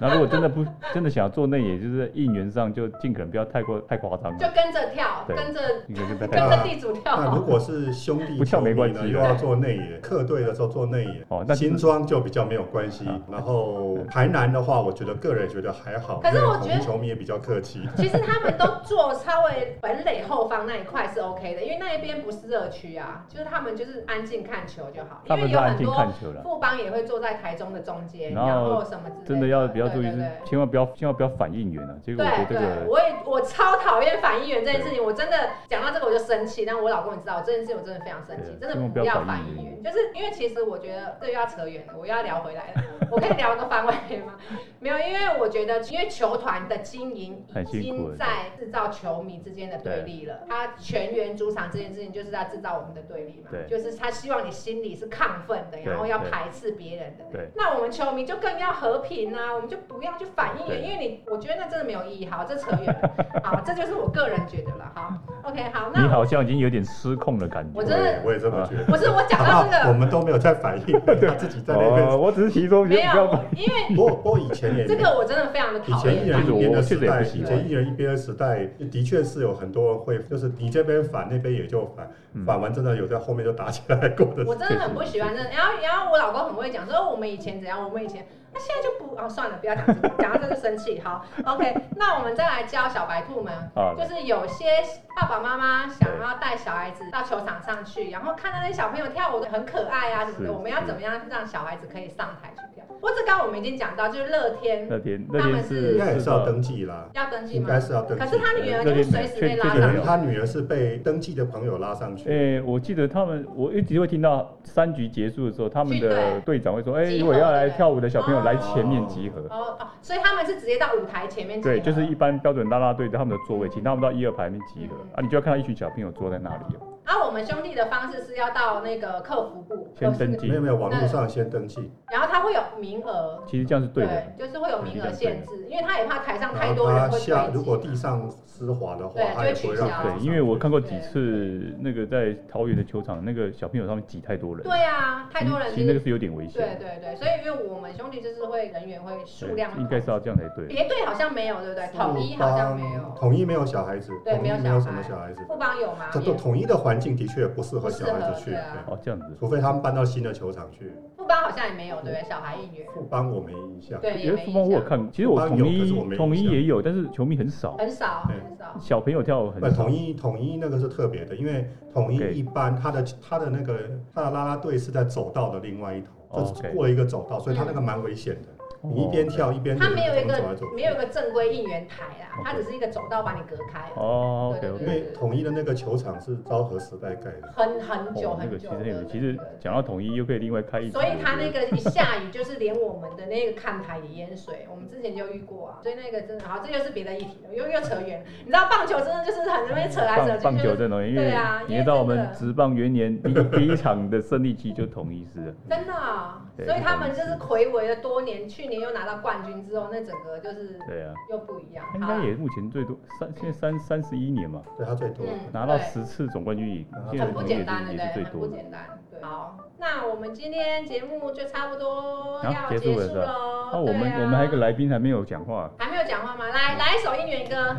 Speaker 4: 那如果真的不真的想要做内野，就是应援上就尽可能不要太过太夸张
Speaker 3: 就
Speaker 4: 了，
Speaker 3: 跟着跳，
Speaker 4: 对
Speaker 3: 跟着
Speaker 4: 应该是
Speaker 3: 跟
Speaker 4: 太
Speaker 3: 着地主
Speaker 5: 那如
Speaker 3: 跳。
Speaker 5: 果是兄弟
Speaker 4: 不跳
Speaker 5: 球
Speaker 4: 没
Speaker 5: 迷
Speaker 4: 关
Speaker 5: 呢，
Speaker 4: 系
Speaker 5: 又要做内野，客队的时候做内野，
Speaker 4: 哦那就是
Speaker 5: 新庄就比较没有关系
Speaker 4: 啊。
Speaker 5: 然后台南的话，我觉得个人觉得还好，
Speaker 3: 可是
Speaker 5: 因为
Speaker 3: 我觉得
Speaker 5: 统一球迷也比较客气。
Speaker 3: 其实他们都坐稍微本垒后方那一块是 OK 的，因为那一边不是热区啊，就是他们就是安静看球就好，
Speaker 4: 他
Speaker 3: 因
Speaker 4: 们
Speaker 3: 为
Speaker 4: 是
Speaker 3: 有
Speaker 4: 安
Speaker 3: 很
Speaker 4: 静
Speaker 3: 多
Speaker 4: 看球了。
Speaker 3: 富邦也会坐在台中的中间，
Speaker 4: 然后
Speaker 3: 然后什么之类
Speaker 4: 真的要比较注意
Speaker 3: 对
Speaker 4: 是
Speaker 3: 对对，
Speaker 4: 千万不要千万不要反应援啊！结果我觉
Speaker 3: 对
Speaker 4: 得这个
Speaker 3: 对，我也我超讨厌反应员这件事情，我真的讲到这个我就生气。但我老公也知道，这件事情我真的非常生气，真
Speaker 4: 对
Speaker 3: 的
Speaker 4: 千万
Speaker 3: 不
Speaker 4: 不
Speaker 3: 要
Speaker 4: 要
Speaker 3: 反
Speaker 4: 反
Speaker 3: 应
Speaker 4: 应
Speaker 3: 员，就是因为其实我觉得这又要扯远了，我又要聊回来了。我可以聊个番外篇吗？ 没有，因为我觉得，因为球团的经营
Speaker 4: 很
Speaker 3: 已
Speaker 4: 辛苦了
Speaker 3: 经在制造球迷之间的对立了。他全员主场这件事情，就是在制造我们的对立嘛
Speaker 4: 对。
Speaker 3: 就是他希望你心里是亢奋的，
Speaker 4: 对
Speaker 3: 然后要
Speaker 4: 对
Speaker 3: 排斥别人的。
Speaker 4: 对
Speaker 3: 那我们球迷就更要和平啊，我们就不要去反应
Speaker 4: 对
Speaker 3: 人，因为你，我觉得那真的没有意义。好，这扯远 了。好，这就是我个人觉得了。好，OK，好，
Speaker 4: 你
Speaker 3: 那
Speaker 4: 好像已经有点失控的感觉。
Speaker 3: 我真的
Speaker 5: 我也这么觉得。
Speaker 3: 不是我讲到这
Speaker 5: 我
Speaker 3: 个，
Speaker 5: 们都没有在反 应，他自己在那
Speaker 4: 哦，
Speaker 5: 边。
Speaker 4: 我只是其中一个
Speaker 3: 没
Speaker 4: 不要
Speaker 3: 有，因为
Speaker 5: 不过不过以前也
Speaker 3: 这个我真的非常的
Speaker 5: 以
Speaker 3: 讨
Speaker 5: 前
Speaker 3: 厌
Speaker 5: 一。人一边的时
Speaker 4: 我确实也
Speaker 5: 代，
Speaker 4: 不喜
Speaker 5: 以
Speaker 3: 欢
Speaker 5: 前一人一边的时代，的确是有很多人会，就是你这边反，那边也就反，
Speaker 4: 嗯
Speaker 5: 反完真的有在后面就打起来过的。
Speaker 3: 我真的很不喜欢这，然后然后我老公很会讲说我们以前怎样，我们以前，那现在就不哦算了，不要讲这个，讲到这就生气。好，OK，那 我们再来教小白兔们，
Speaker 4: 好的
Speaker 3: 就是有些爸爸妈妈想要带小孩子到球场上去，然后看到那些小朋友跳舞的很可爱啊什么
Speaker 4: 是
Speaker 3: 的，我们要怎么样让小孩子可以上台去跳？不过这刚刚我们已经讲到，就是乐天
Speaker 4: 那天那天是
Speaker 5: 应该也是要登记啦，
Speaker 3: 要登记
Speaker 5: 应
Speaker 3: 吗？
Speaker 5: 该是要登
Speaker 3: 可
Speaker 5: 记。
Speaker 3: 是他女儿就是随时被拉上
Speaker 5: 可能
Speaker 3: 去，
Speaker 5: 他女儿是被登记的朋友拉上去。
Speaker 4: 诶、我记得他们，我一直会听到三局结束的时候，他们的队长会说：“哎、
Speaker 3: 集合
Speaker 4: 如果要
Speaker 3: 对不
Speaker 4: 来
Speaker 3: 对
Speaker 4: 跳舞的小朋友来前面集合。
Speaker 3: 哦哦，所以他们是直接到舞台前面集合，哦
Speaker 4: 对，就是一般标准啦啦队在他们的座位，请他们到一二排面集合
Speaker 3: 嗯
Speaker 4: 啊，你就要看到一群小朋友坐在那里哦。
Speaker 3: 啊，我们兄弟的方式是要到那个客服部
Speaker 4: 先登记
Speaker 5: 没有没有，网络上先登记，
Speaker 3: 然后他会有名额，
Speaker 4: 其实这样是对的，
Speaker 3: 就是会有名额限制，因为他也怕台上太
Speaker 5: 然
Speaker 3: 多
Speaker 5: 后
Speaker 3: 人
Speaker 5: 他
Speaker 3: 会
Speaker 4: 嗯
Speaker 5: 下
Speaker 3: 堆积
Speaker 5: 如果地上湿滑的话
Speaker 3: 对，
Speaker 5: 他也
Speaker 3: 就会
Speaker 5: 不会
Speaker 3: 取消
Speaker 5: 让
Speaker 3: 啊
Speaker 5: 他
Speaker 4: 对，
Speaker 5: 上
Speaker 4: 因为我
Speaker 5: 去
Speaker 4: 看过几次那个在桃园的球场，那个小朋友他们挤太多人，
Speaker 3: 对啊，太多人、
Speaker 4: 嗯其
Speaker 3: 就
Speaker 4: 实那个
Speaker 3: 是，
Speaker 4: 是有点危
Speaker 3: 对
Speaker 4: 险，
Speaker 3: 对对，所以因为我们兄弟就是会人员会数量
Speaker 4: 应该是要这样才对。
Speaker 3: 别队好像没有，对不对？统一好像没有，
Speaker 5: 统一没有小孩子，
Speaker 3: 对
Speaker 5: 统
Speaker 3: 没
Speaker 5: 一
Speaker 3: 有
Speaker 5: 没
Speaker 3: 小
Speaker 5: 有什么
Speaker 3: 孩
Speaker 5: 小孩子。
Speaker 3: 富邦有吗？
Speaker 5: 这个统一的环境的确不适合小孩
Speaker 3: 不适合
Speaker 5: 子去，
Speaker 3: 对啊
Speaker 5: 对
Speaker 4: 哦，这样子，
Speaker 5: 除非他们搬到新的球场去。
Speaker 3: 富邦好像也没有，对不对？小孩应援，
Speaker 5: 富邦我没印象，
Speaker 3: 对，
Speaker 4: 因
Speaker 3: 也
Speaker 4: 为
Speaker 3: 没
Speaker 4: 富邦我有看，其实我
Speaker 5: 富邦
Speaker 4: 统
Speaker 5: 有可是我
Speaker 4: 一
Speaker 5: 没
Speaker 4: 统一
Speaker 5: 印象
Speaker 4: 也有，但是球迷很少，
Speaker 3: 很少
Speaker 5: 对
Speaker 3: 很少，
Speaker 4: 小朋友跳舞很
Speaker 5: 那
Speaker 4: 少。
Speaker 5: 统一统一那个是特别的，因为统一
Speaker 4: OK
Speaker 5: 一般他的他的那个他的啦啦队是在走道的另外一头，
Speaker 4: 哦
Speaker 5: 这
Speaker 4: OK 哦
Speaker 5: 过了一个走道，所以他那个蛮危险的。你一边跳一边
Speaker 3: 嗯他没有一
Speaker 5: 走来
Speaker 3: 个
Speaker 5: 走去
Speaker 3: 没有一个正规应援台啦，它
Speaker 4: OK
Speaker 3: 只是一个走道把你隔开而已，
Speaker 4: 哦
Speaker 3: 对
Speaker 4: ，OK
Speaker 3: 对
Speaker 5: 因
Speaker 4: OK，
Speaker 5: 为统一的那个球场是昭和时代盖的，
Speaker 3: 很很久
Speaker 4: 哦，那
Speaker 3: 很
Speaker 4: 个
Speaker 3: 久
Speaker 4: 其
Speaker 3: 的
Speaker 4: 实
Speaker 3: 那
Speaker 4: 那
Speaker 3: 个。
Speaker 4: 个，其实讲到统一又可以另外开一集，
Speaker 3: 所以他那个一下雨，就是连我们的那个看台也淹水，我们之前就遇过啊。所以那个真的，好，这就是别的议题了，又又扯远了。你知道棒球真的就是很容易扯来扯
Speaker 4: 棒
Speaker 3: 去，
Speaker 4: 棒
Speaker 3: 就
Speaker 4: 球
Speaker 3: 是
Speaker 4: 这种，因
Speaker 3: 对
Speaker 4: 为
Speaker 3: 啊因为
Speaker 4: 你知道我
Speaker 3: 真
Speaker 4: 们
Speaker 3: 的
Speaker 4: 职棒元年第一第一场的胜利期就统一是了，
Speaker 3: 真的啊、
Speaker 4: 对
Speaker 3: 所以他们就是魁违了多年，去年又拿到冠军之后，那整个就是
Speaker 4: 对啊，
Speaker 3: 又不一样。
Speaker 4: 应
Speaker 3: 好
Speaker 4: 该也目前最多三现在三三十一年嘛，
Speaker 5: 对他最多。
Speaker 3: 嗯
Speaker 4: 拿到
Speaker 3: 对
Speaker 4: 十次总冠军也，
Speaker 5: 啊
Speaker 4: 现在
Speaker 3: 很不
Speaker 4: 统一也
Speaker 3: 简单，
Speaker 4: 是
Speaker 3: 对
Speaker 4: 也
Speaker 3: 不
Speaker 4: 是
Speaker 3: 对？
Speaker 4: 最
Speaker 3: 很
Speaker 4: 多
Speaker 3: 不
Speaker 4: 的。
Speaker 3: 简单。对，好，那我们今天节目就差不多
Speaker 4: 啊
Speaker 3: 要
Speaker 4: 结
Speaker 3: 结
Speaker 4: 束了
Speaker 3: 束
Speaker 4: 是吧哦
Speaker 3: 喽。
Speaker 4: 那我们
Speaker 3: 对啊
Speaker 4: 我们还有一个来宾还没有讲话，
Speaker 3: 还没有讲话吗？来来一首应援歌，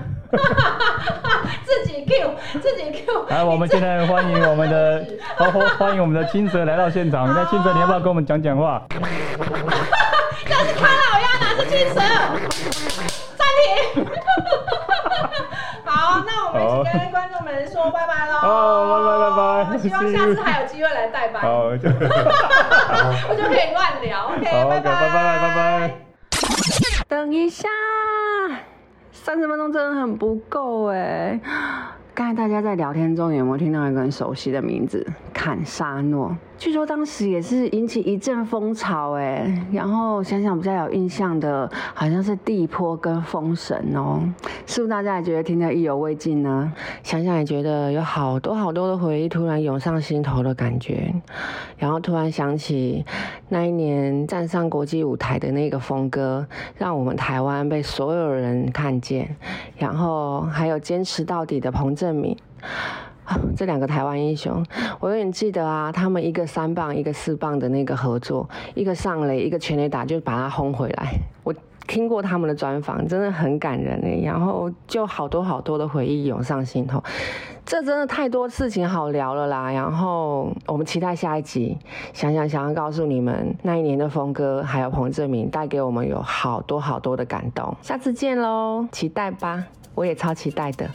Speaker 3: 自己 Q 自己 Q。
Speaker 4: 来，我们现在欢迎我们 的，欢欢欢迎我们的青蛇来到现场。那青蛇，你要不要跟我们讲讲话？
Speaker 3: 这是他老鸭，哪是巨蛇？暂停。 好，那我们一起跟观众们说拜拜喽。
Speaker 4: 好哦拜拜拜拜
Speaker 3: 希望下次还有机会来代班，
Speaker 4: 好，
Speaker 3: 我
Speaker 4: 好，OK，
Speaker 3: 就可以乱聊。OK，
Speaker 4: 拜拜
Speaker 3: 拜
Speaker 4: 拜拜。
Speaker 1: 等一下，啊三十分钟真的很不够哎。刚才大家在聊天中有没有听到一个很熟悉的名字——坎沙诺？据说当时也是引起一阵风潮哎。然后想想比较有印象的，好像是地坡跟风神哦，是不是大家也觉得听得意犹未尽呢？
Speaker 6: 想想也觉得有好多好多的回忆突然涌上心头的感觉，然后突然想起那一年站上国际舞台的那个峰哥，让我们台湾被所有人看见，然后还有坚持到底的彭正明。 啊这两个台湾英雄，我永远记得啊，他们一个三棒，一个四棒的那个合作，一个上垒，一个全垒打，就把他轰回来。我听过他们的专访，真的很感人哎、然后就好多好多的回忆涌上心头，这真的太多事情好聊了啦。然后我们期待下一集，想想想要告诉你们，那一年的峰哥还有彭正明带给我们有好多好多的感动。下次见喽，期待吧，我也超期待的。